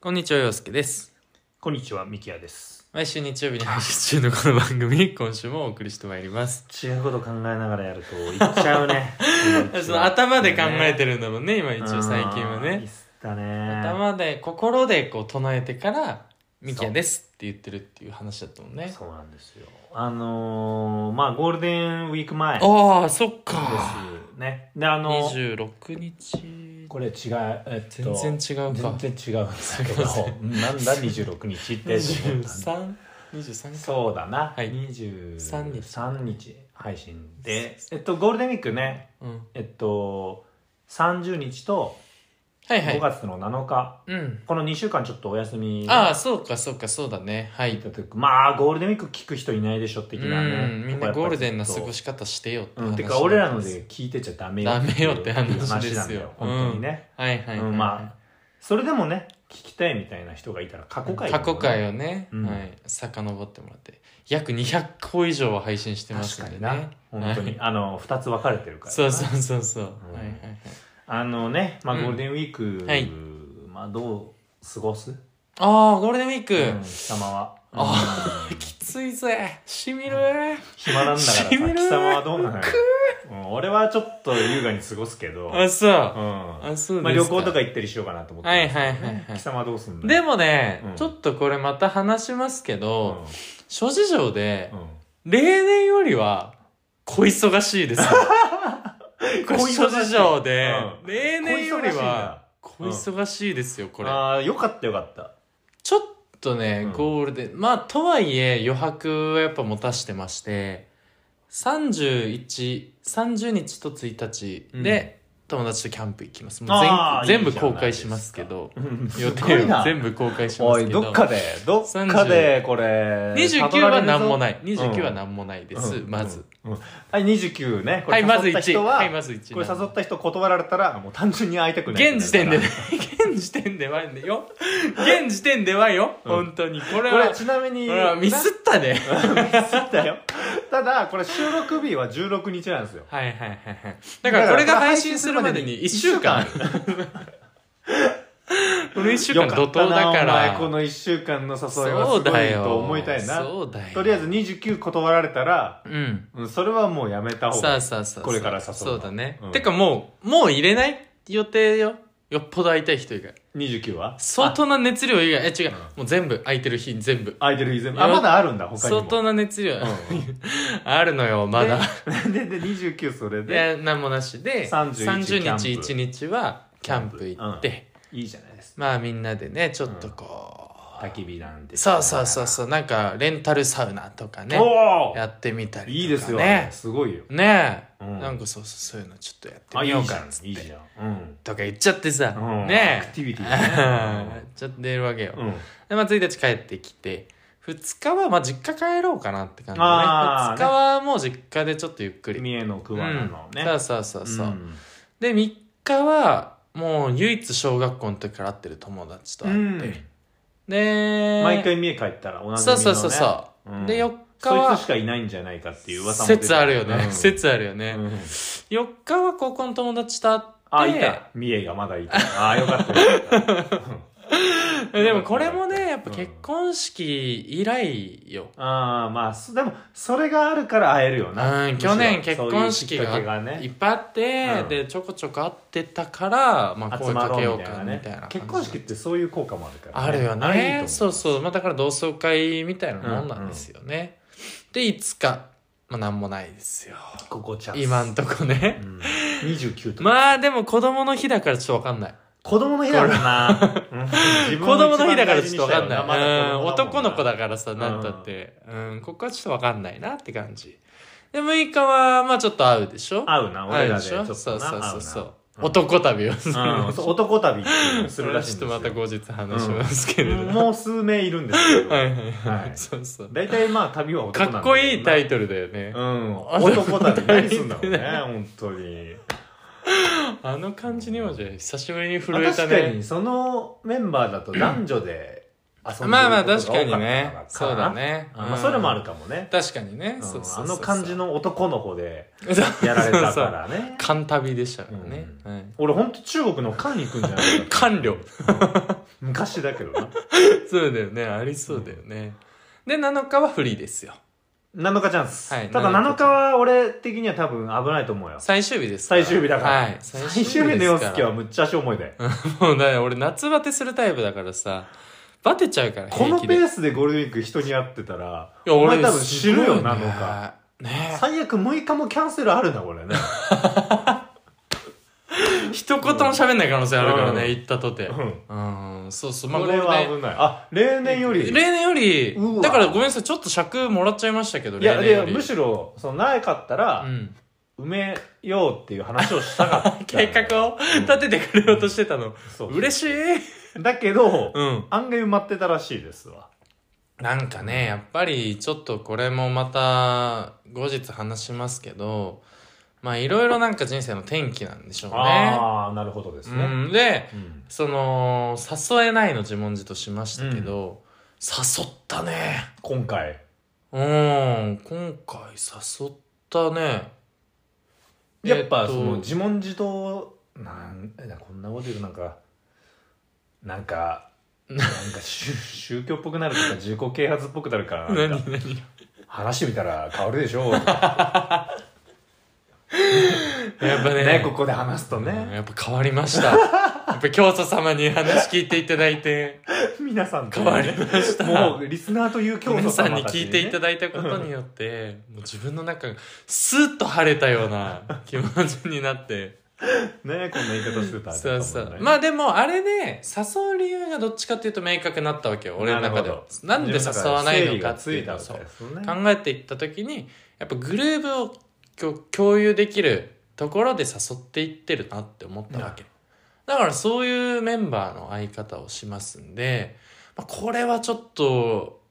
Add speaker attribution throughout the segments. Speaker 1: こんにちは、洋介です。
Speaker 2: こんにちは、ミキヤです。
Speaker 1: 毎週日曜日に配信中のこの番 組、今週もお送りしてまいります。
Speaker 2: 違うこと考えながらやると、いっちゃ うね。
Speaker 1: その頭で考えて
Speaker 2: る、
Speaker 1: るんだもんね、今一応最近は
Speaker 2: うんいい
Speaker 1: ね
Speaker 2: っ。すだね。
Speaker 1: 頭で、心でこう唱えてから、ミキヤですって言ってるっていう話だったもんね。
Speaker 2: そうなんですよ。あのー、まあ、ゴールデンウィーク前です
Speaker 1: ああ、そっか。
Speaker 2: ね。で、あの、
Speaker 1: 26日。
Speaker 2: これ違う、えっと、
Speaker 1: 全然違うか。
Speaker 2: 全然違うんですけど、なんだ26日って思ったんだ
Speaker 1: 23?23 か。
Speaker 2: そうだな、
Speaker 1: はい
Speaker 2: 23
Speaker 1: 23
Speaker 2: 日配信で、えっと、ゴールデンウィークね、
Speaker 1: うん。
Speaker 2: えっと、30日と
Speaker 1: はい
Speaker 2: 5
Speaker 1: はい。
Speaker 2: 月の7日、
Speaker 1: うん。
Speaker 2: この2週間ちょっとお休み
Speaker 1: ああ、そうか、そうか、そうだね。はいい。
Speaker 2: たというかまあゴールデンウィーク聞く人いないでしょ的
Speaker 1: う
Speaker 2: なね
Speaker 1: ん、みんなゴールデンな過ごし
Speaker 2: し
Speaker 1: 方してよって
Speaker 2: う
Speaker 1: 話
Speaker 2: ん、てか俺らの
Speaker 1: なんです
Speaker 2: で聞いてちゃダメ
Speaker 1: ダメよって話ですよ
Speaker 2: なんだ本当にね、
Speaker 1: はいはい、はい
Speaker 2: うんまあそれでもね聞きたいみたいな人がいたら過去回、
Speaker 1: 過去回をね、
Speaker 2: うん
Speaker 1: はい、遡ってもらって約200個以上は配信してます
Speaker 2: 確
Speaker 1: ん
Speaker 2: か
Speaker 1: で
Speaker 2: に
Speaker 1: ね
Speaker 2: な、本当にあの2つ分かれてるからな
Speaker 1: そうそうそうそう、
Speaker 2: うん
Speaker 1: はいはいはい
Speaker 2: あのね、まあ、
Speaker 1: うん
Speaker 2: ゴールデンウィーク、
Speaker 1: はい
Speaker 2: まあどう過ごす、
Speaker 1: ああゴールデンウィーク、
Speaker 2: うん、貴様は
Speaker 1: あ
Speaker 2: うん
Speaker 1: きついぜしみる
Speaker 2: 暇な んだからさ
Speaker 1: し
Speaker 2: 貴
Speaker 1: みる
Speaker 2: 様はどうなのよ、うん、俺はちょっと優雅に過ごすけど、うん
Speaker 1: あそう、
Speaker 2: ま
Speaker 1: あそうです
Speaker 2: あ、旅行とか行ったりしようかなと思ってるんですけど
Speaker 1: はい
Speaker 2: ね、
Speaker 1: はいはいはい
Speaker 2: 貴様はどうすんの
Speaker 1: で
Speaker 2: も、
Speaker 1: もね、
Speaker 2: うん
Speaker 1: ちょっとこれまた話しますけ
Speaker 2: うん
Speaker 1: ど、諸事情で、
Speaker 2: うん
Speaker 1: 例年よりは小忙しいです よこれ
Speaker 2: 小忙しい
Speaker 1: 諸事情で、
Speaker 2: うん
Speaker 1: 例年よりは小
Speaker 2: 小忙しい
Speaker 1: 忙しいですよこれ
Speaker 2: ああよかったよかった
Speaker 1: ちょっとね、
Speaker 2: うん
Speaker 1: ゴールデンまあとはいえ余白はやっぱ持たしてまして3130日と1日で、友達とキャンプ行きますもう全
Speaker 2: あー
Speaker 1: 全
Speaker 2: い
Speaker 1: 部
Speaker 2: いじゃない
Speaker 1: 公開しますけど
Speaker 2: うん
Speaker 1: 予
Speaker 2: すご
Speaker 1: 定
Speaker 2: い
Speaker 1: を
Speaker 2: な
Speaker 1: 全部公開しま
Speaker 2: お
Speaker 1: す
Speaker 2: い
Speaker 1: け
Speaker 2: ど
Speaker 1: ど
Speaker 2: っかでどっかでこれ
Speaker 1: 29は何もない29は
Speaker 2: も
Speaker 1: 何もないです、まず、、
Speaker 2: うんうんはい29ねこ
Speaker 1: は
Speaker 2: れ
Speaker 1: い
Speaker 2: 誘
Speaker 1: まず
Speaker 2: った
Speaker 1: 1
Speaker 2: 人は、
Speaker 1: はいまず1
Speaker 2: これ誘った人断られたらもう単純に会いたくないってなる
Speaker 1: 現時点でね
Speaker 2: か
Speaker 1: 現時点ではよ現時点ではよ、
Speaker 2: うん
Speaker 1: 本当にこれ
Speaker 2: らこ
Speaker 1: は
Speaker 2: れちなみに
Speaker 1: これはミスったね
Speaker 2: だよただこれ収録日は16日なんですよ
Speaker 1: はいはいはいはいだからこれが配信するまでに1週間この1週間怒涛だか
Speaker 2: よっ
Speaker 1: ら
Speaker 2: たなお前この1週間の誘いは
Speaker 1: そ
Speaker 2: す
Speaker 1: う
Speaker 2: ご
Speaker 1: だ
Speaker 2: い
Speaker 1: よ
Speaker 2: と思いたいな
Speaker 1: そうだよ
Speaker 2: とりあえず29断られたら、
Speaker 1: うん
Speaker 2: うん、それはもうやめた
Speaker 1: さ
Speaker 2: 方がい
Speaker 1: あ
Speaker 2: い
Speaker 1: さあさあ
Speaker 2: これから誘うの
Speaker 1: そうだね、
Speaker 2: うん
Speaker 1: てかもうもう入れない予定よよっぽど会いたい人以外
Speaker 2: 29は
Speaker 1: 相当な熱量以外え違う、
Speaker 2: うん
Speaker 1: もう全部空いてる日全部
Speaker 2: あ空いてる以前あまだあるんだ他にも
Speaker 1: 相当な熱量、
Speaker 2: うん
Speaker 1: あるのよまだ
Speaker 2: ででで29それ
Speaker 1: い
Speaker 2: で
Speaker 1: や何もなしで
Speaker 2: 31
Speaker 1: 30日
Speaker 2: キャンプ
Speaker 1: 1日はキャンプ行って、
Speaker 2: いいじゃないですか
Speaker 1: まあみんなでねちょっとこう、
Speaker 2: 焚き火なんて
Speaker 1: そうそうそうそうなんかレンタルサウナとかね
Speaker 2: おお
Speaker 1: やってみたりとか、ね、
Speaker 2: いいですよ
Speaker 1: ね
Speaker 2: すごいよ
Speaker 1: え、
Speaker 2: うん
Speaker 1: なんかそうそうそういうのちょっとやって
Speaker 2: あ
Speaker 1: み
Speaker 2: い
Speaker 1: よ
Speaker 2: いうじ
Speaker 1: か
Speaker 2: ゃ
Speaker 1: なんつっ
Speaker 2: いい
Speaker 1: て
Speaker 2: じゃん
Speaker 1: とか言っちゃってさ、
Speaker 2: うん
Speaker 1: ね
Speaker 2: ア
Speaker 1: え
Speaker 2: クティビティ
Speaker 1: あ
Speaker 2: だね
Speaker 1: ーちょっと出るわけよ、
Speaker 2: うんうん
Speaker 1: でまあ1日帰ってきて2日はまあ実家帰ろうかなって感じだね
Speaker 2: あ
Speaker 1: 2
Speaker 2: ー
Speaker 1: 日はもう実家でちょっとゆっくり、
Speaker 2: 三重の
Speaker 1: う
Speaker 2: 桑名
Speaker 1: ん
Speaker 2: の、ね、
Speaker 1: そうそうそうそう、
Speaker 2: ん
Speaker 1: で3日はもう唯一小学校の時から会ってる友達と会って、で
Speaker 2: 毎回三重帰ったら同じみの、ね、
Speaker 1: そうそうそうそう、
Speaker 2: うん
Speaker 1: で4日
Speaker 2: そい
Speaker 1: は
Speaker 2: つしかいないんじゃないかっていう噂も出て
Speaker 1: 説あるよね、
Speaker 2: うん
Speaker 1: 説あるよね、
Speaker 2: うん
Speaker 1: 4日は高校の友達と会って
Speaker 2: あいた三重がまだいたあよかっ たよかったうん
Speaker 1: えでもこれもねやっぱ
Speaker 2: うん
Speaker 1: 結婚式以来よ、
Speaker 2: ああまあそでもそれがあるから会えるよな、
Speaker 1: うん
Speaker 2: むしろ
Speaker 1: 去年結婚式が
Speaker 2: そういうきっかけが
Speaker 1: いっ
Speaker 2: ね
Speaker 1: ぱいあって、
Speaker 2: うん
Speaker 1: でちょこちょこ会ってたから、まあ、
Speaker 2: 集
Speaker 1: 声
Speaker 2: ま
Speaker 1: かけ
Speaker 2: ろ
Speaker 1: よ
Speaker 2: う
Speaker 1: う
Speaker 2: みたい
Speaker 1: か
Speaker 2: な
Speaker 1: み
Speaker 2: ね
Speaker 1: たいな感じ
Speaker 2: 結婚式ってそういう効果もあるから、
Speaker 1: あるよ
Speaker 2: あれいいと
Speaker 1: ね
Speaker 2: 思う
Speaker 1: そうそう、まあ、だから同窓会みたいなもんなんですよね、で5日まあなんもないですよ
Speaker 2: ここチャンス
Speaker 1: 今んとこね
Speaker 2: うん、29とか、
Speaker 1: まあでも子供の日だからちょっとわかんない
Speaker 2: 子供の日だから なうん自
Speaker 1: 子
Speaker 2: 分
Speaker 1: 供
Speaker 2: の一番
Speaker 1: の日だからちょっとわかんない、
Speaker 2: 大事にしたよまだ子
Speaker 1: うん男
Speaker 2: 供だもんな
Speaker 1: の子だからさなんだってうんここはちょっとわかんないなって感じで6日はまあちょっと会うでしょ
Speaker 2: 合うな
Speaker 1: 会
Speaker 2: 俺
Speaker 1: う
Speaker 2: ら
Speaker 1: で
Speaker 2: で
Speaker 1: し
Speaker 2: ちょ
Speaker 1: ょ
Speaker 2: っと
Speaker 1: そ
Speaker 2: な
Speaker 1: うそうそうそ
Speaker 2: 合
Speaker 1: う
Speaker 2: うん
Speaker 1: 男旅を
Speaker 2: うなうんそう男旅っていうのをす
Speaker 1: そ
Speaker 2: る
Speaker 1: れは
Speaker 2: らしい
Speaker 1: ちょ
Speaker 2: ん
Speaker 1: っ
Speaker 2: で
Speaker 1: と
Speaker 2: す
Speaker 1: ま
Speaker 2: よ
Speaker 1: た後日話しますけれども、
Speaker 2: もう数名いるんですけど、
Speaker 1: はいはいは
Speaker 2: はいい
Speaker 1: そうそう
Speaker 2: 大体まあ旅は男
Speaker 1: か
Speaker 2: なんだけど
Speaker 1: っ
Speaker 2: な
Speaker 1: こいいタイトルだよね
Speaker 2: う。ん男旅何すんだろ うね本当に
Speaker 1: あの感じにもじゃあ久しぶりに震えた
Speaker 2: 確か
Speaker 1: ね。
Speaker 2: にそのメンバーだと男女で遊んで
Speaker 1: まあまあ
Speaker 2: るこ
Speaker 1: 確
Speaker 2: と
Speaker 1: か
Speaker 2: が多
Speaker 1: に
Speaker 2: かったの
Speaker 1: ね
Speaker 2: かな
Speaker 1: そうだね、
Speaker 2: あまあそれもある
Speaker 1: か
Speaker 2: かもね
Speaker 1: 確かにね、
Speaker 2: うん
Speaker 1: そうそうそう
Speaker 2: あの感じの男の子で
Speaker 1: そう
Speaker 2: やられ
Speaker 1: そう
Speaker 2: たか
Speaker 1: そう
Speaker 2: らね
Speaker 1: 勘旅でしたからね、はい、
Speaker 2: 俺ほんと中国の漢に行くんじゃ ないか
Speaker 1: 官僚
Speaker 2: 昔だけどな
Speaker 1: そうだよねありそうだよね、で7日はフリーですよ
Speaker 2: 7日チャンス、
Speaker 1: はい
Speaker 2: ただ7日は俺的には多分危ないと思うよ
Speaker 1: 最終日ですから
Speaker 2: 最終日だから、
Speaker 1: はい、
Speaker 2: 最終日の
Speaker 1: で
Speaker 2: 洋
Speaker 1: すから
Speaker 2: 介はむっちゃ足重いで
Speaker 1: もうだよ俺夏バテするタイプだからさバテちゃうから
Speaker 2: この
Speaker 1: 平気で
Speaker 2: ペースでゴールデンウィーク人に会ってたら
Speaker 1: いや
Speaker 2: お
Speaker 1: 俺
Speaker 2: 前多分知るよな
Speaker 1: すごい
Speaker 2: のか
Speaker 1: ねね
Speaker 2: 最悪6日もキャンセルあるなこれね
Speaker 1: 一言も喋んない可能性あるからね、
Speaker 2: うん
Speaker 1: 行ったとて
Speaker 2: うん
Speaker 1: うん、そうそうまあ
Speaker 2: こ
Speaker 1: こ
Speaker 2: れ
Speaker 1: れ
Speaker 2: は
Speaker 1: は
Speaker 2: 危ないあ例年より
Speaker 1: 例年よ
Speaker 2: う
Speaker 1: り
Speaker 2: わ
Speaker 1: だからごめんなさいちょっと尺もらっちゃいましたけど
Speaker 2: いや
Speaker 1: 例年よ
Speaker 2: で
Speaker 1: り
Speaker 2: むしろそのなかったら、
Speaker 1: うん、
Speaker 2: 埋めようっていう話をしたかっ た
Speaker 1: 計画を立ててくれようとしてたの、
Speaker 2: そう
Speaker 1: 嬉しい
Speaker 2: だけど、
Speaker 1: うん
Speaker 2: 案外埋まってたらしいですわ
Speaker 1: なんかね、やっぱりちょっとこれもまた後日話しますけど、まあいろいろなんか人生の転機なんでしょうね。
Speaker 2: ああなるほどです
Speaker 1: う
Speaker 2: ね、
Speaker 1: ん、で、
Speaker 2: うん
Speaker 1: その、誘えないの自問自答しましたけど、誘ったね。
Speaker 2: 今回
Speaker 1: うん、今回誘ったね。
Speaker 2: やっ
Speaker 1: え
Speaker 2: ぱ
Speaker 1: っと
Speaker 2: その自問自答なんこんなこと言うとなんかなんかなんか宗宗教っぽくなるとか自己啓発っぽくなるからなんか
Speaker 1: 何何
Speaker 2: 話してみたら変わるでしょうとか
Speaker 1: やっぱね。
Speaker 2: ねここで話すと
Speaker 1: うん
Speaker 2: ね
Speaker 1: やっぱ変わりま した。やっぱ教祖様に話聞いていただいて、
Speaker 2: 皆さんと
Speaker 1: 変
Speaker 2: ね
Speaker 1: わりました。
Speaker 2: もうリスナーという教
Speaker 1: 皆
Speaker 2: 祖
Speaker 1: さん
Speaker 2: 様
Speaker 1: に
Speaker 2: たち
Speaker 1: 聞いていた
Speaker 2: ね
Speaker 1: だいたことによって、もう自分の中がスーッと晴れたよう な気持ちになって。
Speaker 2: ねこんな言い方してたらあれか
Speaker 1: そ
Speaker 2: も
Speaker 1: う
Speaker 2: ね
Speaker 1: そう。まあでも、あれで、誘う理由がどっちかっていうと明確になったわけよ、俺の中では。な
Speaker 2: る
Speaker 1: ん
Speaker 2: ほど
Speaker 1: で誘わないのかって
Speaker 2: 整
Speaker 1: い
Speaker 2: 理
Speaker 1: うの
Speaker 2: が
Speaker 1: を
Speaker 2: つい
Speaker 1: そ
Speaker 2: たわ
Speaker 1: う
Speaker 2: けですね
Speaker 1: 考えていった時に、やっぱグルーブをきょ共有できるところで誘っていってるなって思ったわけ。だからそういうメンバーの相方をしますんで、まあ、これはちょっと、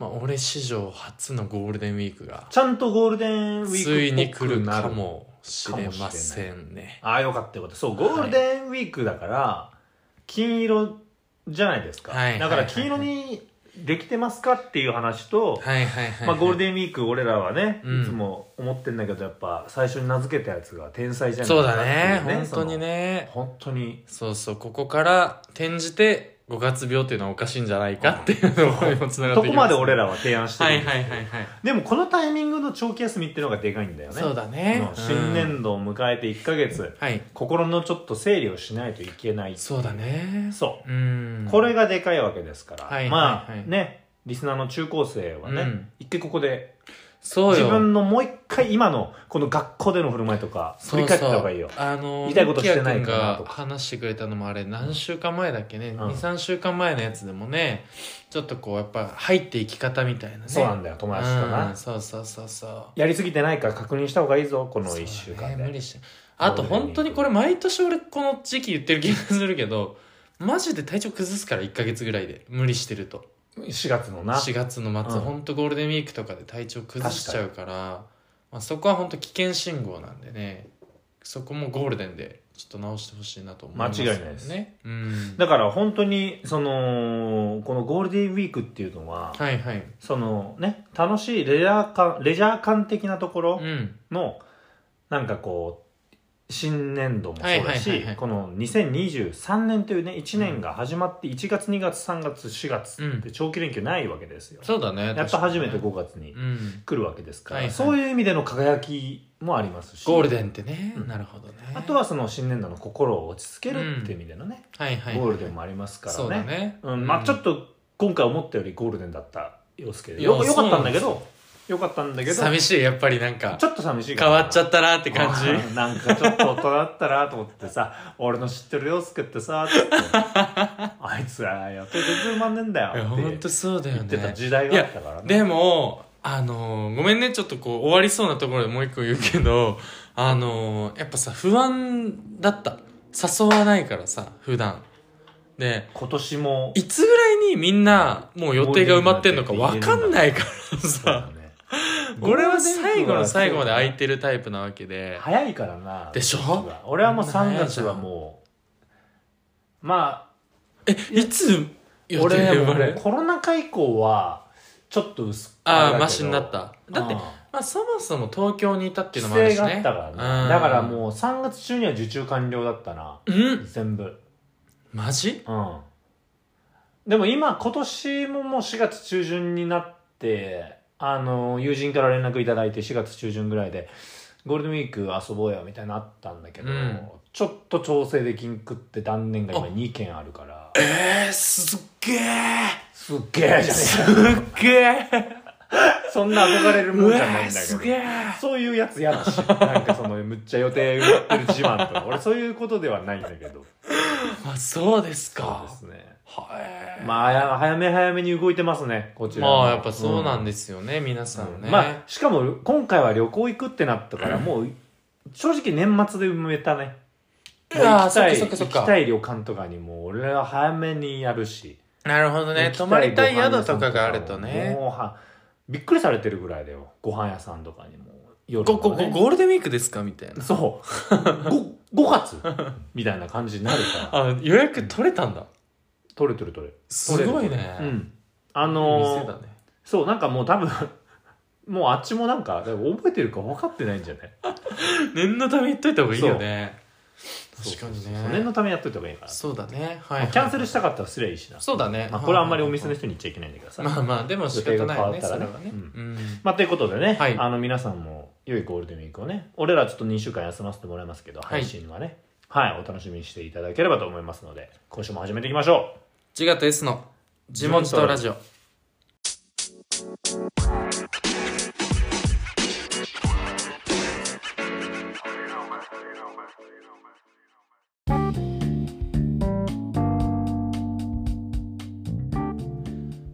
Speaker 1: まあ、俺史上初のゴールデンウィークが
Speaker 2: ちゃんとゴールデンウィ
Speaker 1: つい
Speaker 2: ー
Speaker 1: に
Speaker 2: クっぽ
Speaker 1: 来
Speaker 2: く
Speaker 1: る
Speaker 2: な
Speaker 1: か
Speaker 2: る
Speaker 1: もしれませんね。
Speaker 2: ああよかったよかったそうゴールデンウィークだから、金色じゃないですか、
Speaker 1: はい
Speaker 2: だから金色にできてますかっていう話と、
Speaker 1: はいはいはい。
Speaker 2: まあ、ゴール
Speaker 1: ン
Speaker 2: デンウィーク俺らはね、
Speaker 1: うん
Speaker 2: いつも思ってんだけどやっぱ最初に名付けたやつが天才じゃない
Speaker 1: そうだ
Speaker 2: かって
Speaker 1: ね。
Speaker 2: いう
Speaker 1: 本当に
Speaker 2: そ
Speaker 1: ね
Speaker 2: の。本当に
Speaker 1: そうそう、ここから転じて5月病っていうのはおかしいんじゃないかっていうのも今つながって
Speaker 2: ど
Speaker 1: き
Speaker 2: こまで俺らは提案して
Speaker 1: は
Speaker 2: るん
Speaker 1: い
Speaker 2: ですよ
Speaker 1: はいはいはい。
Speaker 2: でもこのタイミングの長期休みっていうのがでかいんだよね
Speaker 1: そうだね
Speaker 2: う。ん
Speaker 1: うん
Speaker 2: 新年度を迎えて1ヶ月
Speaker 1: はい。
Speaker 2: 心のちょっと整理をしないといけない
Speaker 1: そうだね。
Speaker 2: そう
Speaker 1: うん。
Speaker 2: これがでかいわけですから、
Speaker 1: はい
Speaker 2: まあ、
Speaker 1: はいはい
Speaker 2: ねリスナーの中高生はね、
Speaker 1: うん
Speaker 2: 一回ここで
Speaker 1: そう
Speaker 2: 自
Speaker 1: よ。
Speaker 2: 分のもう一回今のこの学校での振る舞いとか振り返った方がいいよ
Speaker 1: そうそうあの
Speaker 2: 言いたいことしてないかな
Speaker 1: ミキヤ
Speaker 2: と
Speaker 1: 君が
Speaker 2: か
Speaker 1: 話してくれたのもあれ何週間前だっけね、
Speaker 2: ん
Speaker 1: 23週間前のやつでもねちょっとこうやっぱ入っていき方みたいなね
Speaker 2: そうなんだよ友達とな、
Speaker 1: うんそうそうそうそう
Speaker 2: やりすぎてないか確認した方がいいぞこの
Speaker 1: そう
Speaker 2: 1
Speaker 1: だね
Speaker 2: 週間で、
Speaker 1: 無理してあと本当にこれ毎年俺この時期言ってる気がするけどマジで体調崩すから1ヶ月ぐらいで無理してると
Speaker 2: 4月のな
Speaker 1: 4月の末、
Speaker 2: うん
Speaker 1: 本当ゴールデンウィークとかで体調崩しちゃうからまあ、そこは本当危険信号なんでねそこもゴールデンでちょっと直してほしいなと思います、ね、
Speaker 2: 間違いないです
Speaker 1: ねうん
Speaker 2: だから本当にそのこのゴールデンウィークっていうのは、
Speaker 1: はいはい
Speaker 2: そのね楽しいレジャー感レジャー感的なところ
Speaker 1: うん
Speaker 2: のなんかこう新年度もそうだ
Speaker 1: はいはい
Speaker 2: し
Speaker 1: はいはい
Speaker 2: この2023年というね1年が始まって1月2月3月4月って長期連休ないわけですよ、
Speaker 1: そうだね
Speaker 2: やっと初めて
Speaker 1: ゴ
Speaker 2: 5月に
Speaker 1: うん
Speaker 2: 来るわけですから、
Speaker 1: はいはい
Speaker 2: そういう意味での輝きもありますし
Speaker 1: ゴールデンってね、
Speaker 2: うん
Speaker 1: なるほどね
Speaker 2: あとはその新年度の心を落ち着けるっていう意味でのね、
Speaker 1: はいはい
Speaker 2: ゴールデンもありますからね
Speaker 1: そうだね
Speaker 2: うんまあ、ちょっと今回思ったよりゴールデンだった洋介でよ
Speaker 1: いや
Speaker 2: よかったんだけ
Speaker 1: そう
Speaker 2: どよかったんだけど
Speaker 1: 寂しいやっぱりなんか
Speaker 2: ちょっと寂しいか
Speaker 1: 変
Speaker 2: な
Speaker 1: わっちゃったなって感じ
Speaker 2: あー なんかちょっと大人だったなと思ってさ俺の知ってる洋介ってさつってあいつはやっと全然埋まんねえんだ
Speaker 1: いや
Speaker 2: よ
Speaker 1: 本
Speaker 2: っ
Speaker 1: 当
Speaker 2: て
Speaker 1: そうだよ
Speaker 2: 言ってた
Speaker 1: ね
Speaker 2: 時代があったからね
Speaker 1: でもあのーごめんねちょっとこう終わりそうなところでもう一個言うけど あのーやっぱさ不安だった誘わないからさ普段で
Speaker 2: 今年も
Speaker 1: いつぐらいにみんなもう予定が埋まってんのか分かんないから
Speaker 2: そうだ
Speaker 1: さ
Speaker 2: ね
Speaker 1: 俺は最後の最後まで空いてるタイプなわけで
Speaker 2: 早いからな
Speaker 1: でしょ
Speaker 2: 僕は俺はもう3月はもうまあ
Speaker 1: えいつ予定
Speaker 2: 俺ね
Speaker 1: 生まれ
Speaker 2: もうコロナ禍以降はちょっと薄
Speaker 1: ああ
Speaker 2: れだけど
Speaker 1: マシになっただって
Speaker 2: うん
Speaker 1: まあそもそも東京にいたっていうのもある
Speaker 2: 規制
Speaker 1: し
Speaker 2: があ
Speaker 1: ね
Speaker 2: ったからね、だからもう3月中には受注完了だったな
Speaker 1: うんうん
Speaker 2: 全部
Speaker 1: マジ
Speaker 2: うんでも今今年ももう4月中旬になってあの友人から連絡いただいて4月中旬ぐらいでゴールデンウィーク遊ぼうよみたいなのあったんだけど、
Speaker 1: うん
Speaker 2: ちょっと調整できんくって断念が今2件あるから
Speaker 1: えー、すっげえ
Speaker 2: すっげえじゃね
Speaker 1: すっ
Speaker 2: え
Speaker 1: げえ
Speaker 2: かそんな憧れる
Speaker 1: う
Speaker 2: も
Speaker 1: んわ
Speaker 2: じゃない
Speaker 1: ー
Speaker 2: んだけ
Speaker 1: す
Speaker 2: ど
Speaker 1: げえ
Speaker 2: そういうやつやだし、なんかその、むっちゃ予定埋まってる自慢とか、俺そういうことではないんだけど。
Speaker 1: あそうです
Speaker 2: そう
Speaker 1: か
Speaker 2: ですね。
Speaker 1: はえーま
Speaker 2: まあや、早め早めに動いてますね、こちらも。
Speaker 1: あやっぱそうなん
Speaker 2: で
Speaker 1: ですよね、皆さんね、
Speaker 2: まあ、しかも、今回は旅行行くってなったから、もう、正直年末で埋めたね。
Speaker 1: うわー
Speaker 2: もう行きたい
Speaker 1: そっかそっかそっか
Speaker 2: 行きたい旅館とかにも、俺は早めにやるし。
Speaker 1: なるほどね
Speaker 2: 行き
Speaker 1: 泊まりたい
Speaker 2: ご飯屋
Speaker 1: 宿
Speaker 2: さん
Speaker 1: とかがあるとね
Speaker 2: もうは、びっくりされてるぐらいだよ。ご飯屋さんとかにも。夜
Speaker 1: ご
Speaker 2: のね
Speaker 1: ごごゴールデンウィークですかみたいな
Speaker 2: そう。ご、5月みたいな感じになる から。
Speaker 1: あ予約取れたんだ
Speaker 2: 取れ取れ取れ。
Speaker 1: すごいね、
Speaker 2: うん。あ
Speaker 1: 店
Speaker 2: の
Speaker 1: だ
Speaker 2: ー、
Speaker 1: ね
Speaker 2: そう、なんかもう多分、もうあっちもなんか、だから覚えてるか分かってないんじゃない
Speaker 1: 念のため言っといた方がいいよね
Speaker 2: そう
Speaker 1: 確かに
Speaker 2: そうそう念
Speaker 1: ね
Speaker 2: のためやっといた方がいいから。
Speaker 1: そうだねはい、
Speaker 2: まあキャンセルした
Speaker 1: か
Speaker 2: かったら失礼いいしな。
Speaker 1: そうだね、
Speaker 2: まあ、これはあんまりお店の
Speaker 1: 人
Speaker 2: 人に言っちゃいけないんだけどさ。
Speaker 1: まあまあでも仕方ないよね
Speaker 2: 予定が変わった
Speaker 1: そ
Speaker 2: ら
Speaker 1: れ
Speaker 2: ね
Speaker 1: はね
Speaker 2: う
Speaker 1: うん、
Speaker 2: まあ、ということでね、
Speaker 1: はい
Speaker 2: あの皆さんも良いゴールデンウィークをね、俺らちょっと2週間休ませてもらいますけど、
Speaker 1: い
Speaker 2: 配信はね、はい、お楽しみにしていただければと思いますので、今週も始めていきましょう
Speaker 1: 自我と S の自問自答ラジオ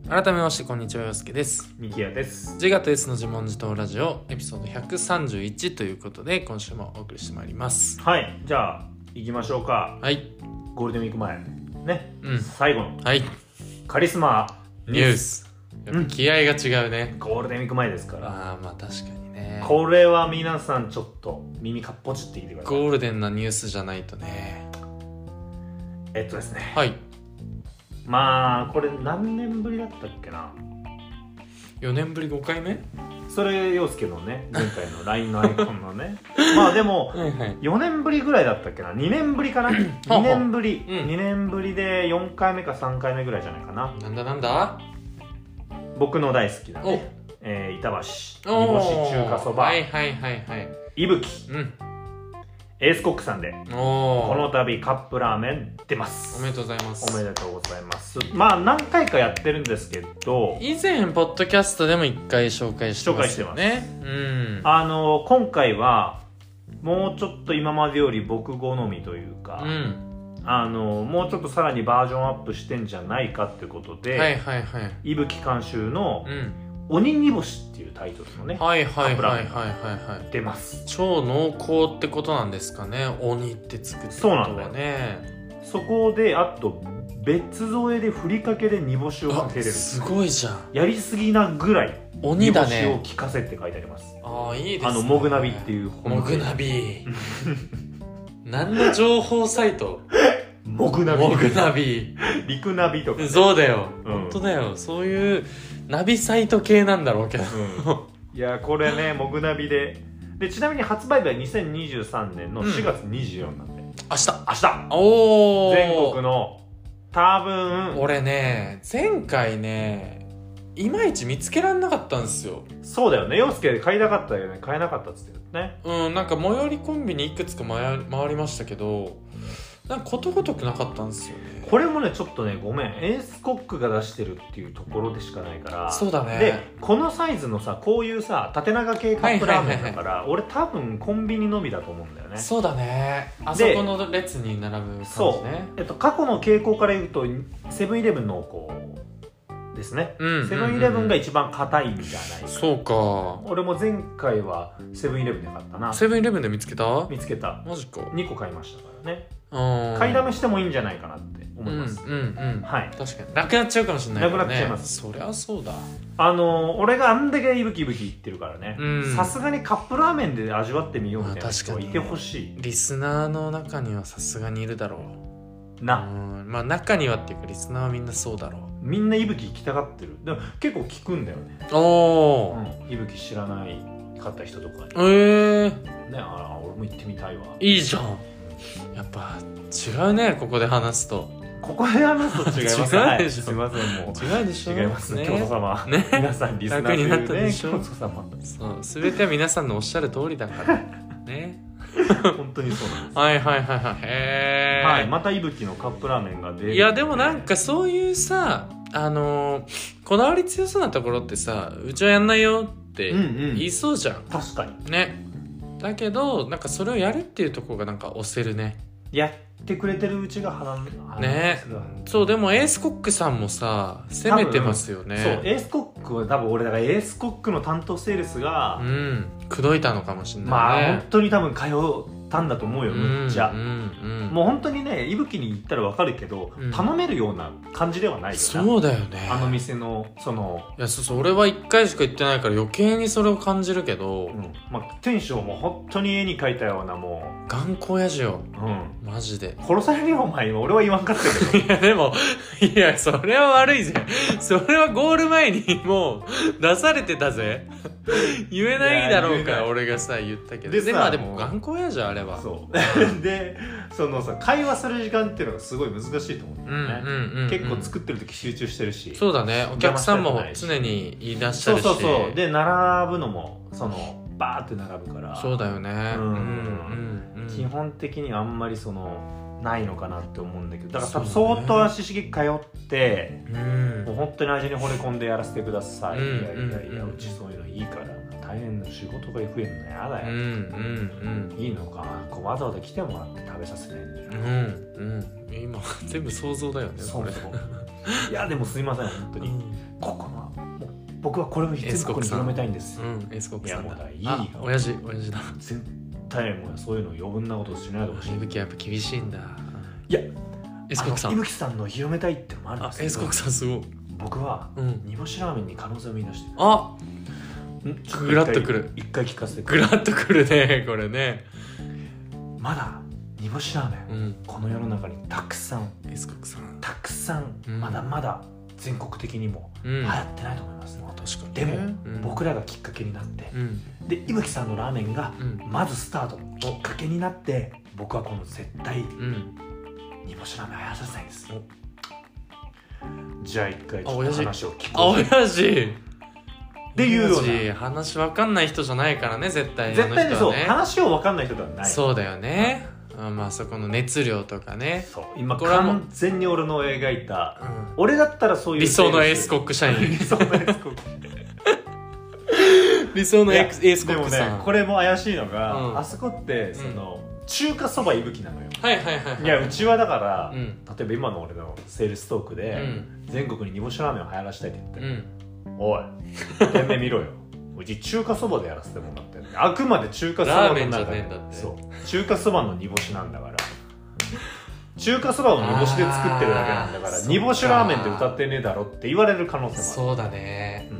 Speaker 1: 改めましてこんにちは陽介です
Speaker 2: ミキヤです。
Speaker 1: 自我と S の自問自答ラジオエピソード131ということで今週もお送りしてまいります
Speaker 2: はい、じゃあ行きましょうか。
Speaker 1: はい
Speaker 2: ゴールデンウィーク前ね、
Speaker 1: うん
Speaker 2: 最後の
Speaker 1: はい
Speaker 2: カリスマ
Speaker 1: ニュー。スやっぱ気合が違うね、
Speaker 2: ゴールデンウィーク前ですから。
Speaker 1: ああまあ確かにね
Speaker 2: これは皆さんちょっと耳かっぽちってきてください。
Speaker 1: ゴールデンなニュースじゃないとね
Speaker 2: えっとですね、
Speaker 1: はい
Speaker 2: まあこれ何年ぶりだったっけな。
Speaker 1: 4年ぶり5回目
Speaker 2: それ陽介のね前回の LINE のアイコンのね。 まあでも。
Speaker 1: はいはい
Speaker 2: 4年ぶりぐらいだったっけな2年ぶりかな
Speaker 1: ほう
Speaker 2: 2年ぶり、
Speaker 1: うん
Speaker 2: 2年ぶりで4回目か3回目ぐらいじゃないかな
Speaker 1: なんだなんだ
Speaker 2: 僕の大好きな
Speaker 1: お
Speaker 2: ね、えー、板橋煮
Speaker 1: お
Speaker 2: 干し
Speaker 1: ー
Speaker 2: 中華そば、
Speaker 1: はいはいはいはい
Speaker 2: いぶき
Speaker 1: うん
Speaker 2: エースコックさんで
Speaker 1: お
Speaker 2: こ
Speaker 1: お
Speaker 2: の度カップラーメン出ま
Speaker 1: お
Speaker 2: す
Speaker 1: めでとうございます
Speaker 2: おめでとうございますまあ何回かやってるんですけど
Speaker 1: 以前ポッドキャストでも1回紹介してますよねうん
Speaker 2: あの今回はもうちょっと今までより僕好みというか、
Speaker 1: うん
Speaker 2: あのもうちょっとさらにバージョンアップしてんじゃないかってことで、
Speaker 1: はいはいはい
Speaker 2: いぶき監修の
Speaker 1: うん
Speaker 2: 「鬼煮干し」っていうタイトルのね、
Speaker 1: はいはい
Speaker 2: 油
Speaker 1: はいはいはいはい
Speaker 2: 出ます
Speaker 1: 超濃厚ってことなんですかね鬼ってつくってことは
Speaker 2: そうなん
Speaker 1: ね
Speaker 2: そこであと別添えでふりかけで煮干しをか
Speaker 1: あ
Speaker 2: けれる
Speaker 1: すごいじゃん
Speaker 2: やりすぎなぐらい煮
Speaker 1: 鬼
Speaker 2: 干
Speaker 1: だ
Speaker 2: しを
Speaker 1: ね
Speaker 2: 効かせって書いてあります
Speaker 1: ああいいですね
Speaker 2: あの、モグナビっていうホー
Speaker 1: モ
Speaker 2: ムペー
Speaker 1: グ
Speaker 2: ジ。
Speaker 1: ナ ビ何の情報サイト
Speaker 2: モグナビ。
Speaker 1: モグナビ
Speaker 2: リクナビとか。
Speaker 1: そうだよ、
Speaker 2: うん
Speaker 1: 本当だよそういうナビサイト系なんだろうけど
Speaker 2: うん、いや、これね、モグナビで。で、ちなみに発売日は2023年の4月24なん
Speaker 1: 明
Speaker 2: で、
Speaker 1: 日
Speaker 2: 明日
Speaker 1: おお
Speaker 2: 全国の多分、
Speaker 1: 俺ね前回ねいまいち見つけらんなかったんですよ
Speaker 2: そうだよね、洋介買いたかったよね、買えなかったっつってたよね。
Speaker 1: うんなんか最寄りコンビニいくつか回回りましたけどなんかことごとくなかったんですよね
Speaker 2: これもね、ちょっとね、ごめん、エースコックが出してるっていうところでしかないから、
Speaker 1: そうだね
Speaker 2: でこのサイズのさこういうさ縦長系カップラーメンだから、俺多分コンビニのみだと思うんだよね
Speaker 1: そうだねあそ
Speaker 2: で
Speaker 1: この列に並ぶ感じ
Speaker 2: そ
Speaker 1: ね
Speaker 2: えっと、過去の傾向から言うとセブンイレブンのこうですね
Speaker 1: うん
Speaker 2: セブンイレブンが
Speaker 1: うん
Speaker 2: 一番硬いんじゃないか、
Speaker 1: そうか
Speaker 2: 俺も前回はセブンイレブンで買ったな
Speaker 1: セブンイレブンで見つけたマ
Speaker 2: 見つけた
Speaker 1: ジか
Speaker 2: 2個買いましたからね
Speaker 1: うん
Speaker 2: 買いだめしてもいいんじゃないかなって思います、
Speaker 1: うんうんうん
Speaker 2: はい
Speaker 1: 確かになくなっちゃうかもしれないから
Speaker 2: なくなっちゃいます
Speaker 1: そりゃそうだ
Speaker 2: あのー俺があんだけいぶきいぶき言ってるからね
Speaker 1: うん
Speaker 2: さすがにカップラーメンで味わってみようみたい
Speaker 1: ま
Speaker 2: な
Speaker 1: あ確
Speaker 2: 人
Speaker 1: か
Speaker 2: は
Speaker 1: に
Speaker 2: いてほしい、
Speaker 1: リスナーの中にはさすがにいるだろう
Speaker 2: な、
Speaker 1: んまあ中にはっていうかリスナーはみんなそうだろ
Speaker 2: みんな息吹行きたがってるでも結構聞くんだよね、
Speaker 1: うおー、
Speaker 2: うん、息吹知らないかった人とかに
Speaker 1: えー、
Speaker 2: ねあー俺も行ってみたいわ
Speaker 1: いいじゃんやっぱ違うねここで話すと
Speaker 2: ここで話すと違いま す
Speaker 1: 違う
Speaker 2: は
Speaker 1: で
Speaker 2: い、
Speaker 1: しょ
Speaker 2: すいませんも
Speaker 1: 違うでしょ
Speaker 2: う違いますね
Speaker 1: ね
Speaker 2: 京都様、
Speaker 1: ね
Speaker 2: 皆さんリスナーとい
Speaker 1: 楽になった
Speaker 2: うね
Speaker 1: でしょ
Speaker 2: 京都様
Speaker 1: そう全ては皆さんのおっしゃる通りだから ね
Speaker 2: 本当にそうなんです
Speaker 1: はいはいはいはいへえ、
Speaker 2: はい、またいぶきのカップラーメンが出る
Speaker 1: いやでもなんかそういうさあのーこだわり強そうなところってさうちはやんないよって
Speaker 2: うんうん
Speaker 1: 言いそうじゃん、
Speaker 2: 確かに
Speaker 1: ねだけどなんかそれをやるっていうところがなんか押せるね
Speaker 2: やってくれてるうちが花
Speaker 1: ねそうでもエースコックさんもさ攻めてますよ
Speaker 2: そう
Speaker 1: ね
Speaker 2: エースコックは多分俺だからエースコックの担当セールスが
Speaker 1: う、ん口説いたのかもしれ
Speaker 2: ま
Speaker 1: な
Speaker 2: あ、
Speaker 1: いね
Speaker 2: 本当に多分通ったんだと思うよむっちゃ、
Speaker 1: うんうんうん
Speaker 2: もう本当にねいぶきに行ったら分かるけど、
Speaker 1: うん
Speaker 2: 頼めるような感じではないよな
Speaker 1: そうだよね
Speaker 2: あの店のその、
Speaker 1: いやそうそう俺は1回しか行ってないから余計にそれを感じるけど、
Speaker 2: うんまあ、店長も本当に絵に描いたようなも
Speaker 1: 頑固やじよ
Speaker 2: う、うん、
Speaker 1: マジで
Speaker 2: 殺されるよお前俺は言わんかったけど
Speaker 1: いやでもいやそれは悪いぜそれはゴール前にもう出されてたぜ 言えないだろうか
Speaker 2: い
Speaker 1: ら
Speaker 2: や言えない
Speaker 1: 俺がさ言ったけど
Speaker 2: で
Speaker 1: で
Speaker 2: さ
Speaker 1: まあでも
Speaker 2: もう
Speaker 1: 頑固やじゃんあれは
Speaker 2: そう でそのさ会話する時間っていうのがすごい難しいと思うんだ
Speaker 1: うんうん
Speaker 2: よね、
Speaker 1: うん、うん、
Speaker 2: 結構作ってる時集中してるし、
Speaker 1: そうだねお客さんも
Speaker 2: 邪魔したく
Speaker 1: 常に言い出した
Speaker 2: そう
Speaker 1: りし
Speaker 2: そうそうで並ぶのもそのバーって並ぶから
Speaker 1: そうだよね
Speaker 2: う
Speaker 1: うんんうんうん
Speaker 2: 基本的にはあんまりそのないのかなって思うんだけどだから多分
Speaker 1: そうだ
Speaker 2: 相
Speaker 1: ね
Speaker 2: 当足しげく通って
Speaker 1: うん
Speaker 2: もう本当に味に惚れ込んでやらせてください、
Speaker 1: うん
Speaker 2: いやいやいや
Speaker 1: うん
Speaker 2: うちそういうのいいから大変な仕事が増えるのやだ
Speaker 1: うんう
Speaker 2: よ、
Speaker 1: ん
Speaker 2: いいのかなこうわざわざ来てもらって食べさせないんだよ
Speaker 1: うんうんうん今 全部想像だよね
Speaker 2: そ
Speaker 1: こ
Speaker 2: う
Speaker 1: れ
Speaker 2: そういやでもすいません本当
Speaker 1: う
Speaker 2: に、
Speaker 1: ん
Speaker 2: ここはもう僕はこれを全部ここに広めたいんです
Speaker 1: うん、エースコックさんだ。
Speaker 2: いやもうだいいよ
Speaker 1: あ、親父、親父だ。
Speaker 2: 絶対もうそういうの余分なことしないでほしい
Speaker 1: いぶきはやっぱ厳しいんだ。
Speaker 2: いや
Speaker 1: エースコックさ
Speaker 2: あの
Speaker 1: ん
Speaker 2: 伊。吹さんの広めたいってのもあるん
Speaker 1: あ
Speaker 2: で、す
Speaker 1: エースコックさんすごい。
Speaker 2: 僕は
Speaker 1: うん。
Speaker 2: 煮干しラーメンに可能性を見出してる
Speaker 1: あ、
Speaker 2: んちょっ
Speaker 1: グラッとくる
Speaker 2: 一回一回聞かせてく
Speaker 1: グ
Speaker 2: れ
Speaker 1: ラッとくるね、これね。
Speaker 2: まだ煮干しラーメン、
Speaker 1: うん。
Speaker 2: この世の中にたくさん
Speaker 1: エースコックさん。
Speaker 2: たくさん、
Speaker 1: うん
Speaker 2: まだまだ全国的にも
Speaker 1: うん。
Speaker 2: 流行ってないと思います、
Speaker 1: 確かに。
Speaker 2: でも、
Speaker 1: うん、
Speaker 2: 僕らがきっかけになって、
Speaker 1: うん。
Speaker 2: で伊吹さんのラーメンが
Speaker 1: うん。
Speaker 2: まずスタートきっかけになって僕はこの絶対
Speaker 1: うん。
Speaker 2: 煮干しラーメンはやらさせないんですじゃあ一回ち
Speaker 1: あ
Speaker 2: ょっ
Speaker 1: 親
Speaker 2: と
Speaker 1: 父
Speaker 2: 話を聞
Speaker 1: あ、
Speaker 2: こう
Speaker 1: 親父
Speaker 2: っていうような
Speaker 1: 親父話わかんない人じゃないからね、絶対。
Speaker 2: 絶対
Speaker 1: あ
Speaker 2: に
Speaker 1: の
Speaker 2: そ
Speaker 1: 人
Speaker 2: う
Speaker 1: はね
Speaker 2: 話を分かんない人ではない
Speaker 1: そうだよね。あまあ、そこの熱量とかね。
Speaker 2: そう今
Speaker 1: これはもう
Speaker 2: 完全に俺の描いた
Speaker 1: うん
Speaker 2: 俺だったらそういう
Speaker 1: 理想のエースコ
Speaker 2: ッ
Speaker 1: ック社員。
Speaker 2: 理想のエースコック
Speaker 1: 理想の
Speaker 2: いや
Speaker 1: エースエースコッ
Speaker 2: でも
Speaker 1: クさん。
Speaker 2: ねこれも怪しいのが、
Speaker 1: うん
Speaker 2: あそこってその、中華そばいぶきなのよ
Speaker 1: はいはいはいはい
Speaker 2: いやうちはだから、
Speaker 1: うん
Speaker 2: 例えば今の俺のセールストークで、
Speaker 1: うん
Speaker 2: 全国に煮干しラーメンを流行らしたいって言って
Speaker 1: う
Speaker 2: る、
Speaker 1: ん
Speaker 2: おい店名見ろようち中華そばでやらせてもらってるあくまで中華そば
Speaker 1: ラー
Speaker 2: の
Speaker 1: メンじゃ
Speaker 2: 中
Speaker 1: ねえ
Speaker 2: で
Speaker 1: んだって
Speaker 2: そう中華そばの煮干しなんだから中華そばを煮干しで作ってるだけなんだか
Speaker 1: あー
Speaker 2: ら
Speaker 1: そっか
Speaker 2: 煮干しラーメンって歌ってねえだろって言われる可能性もある
Speaker 1: そうだね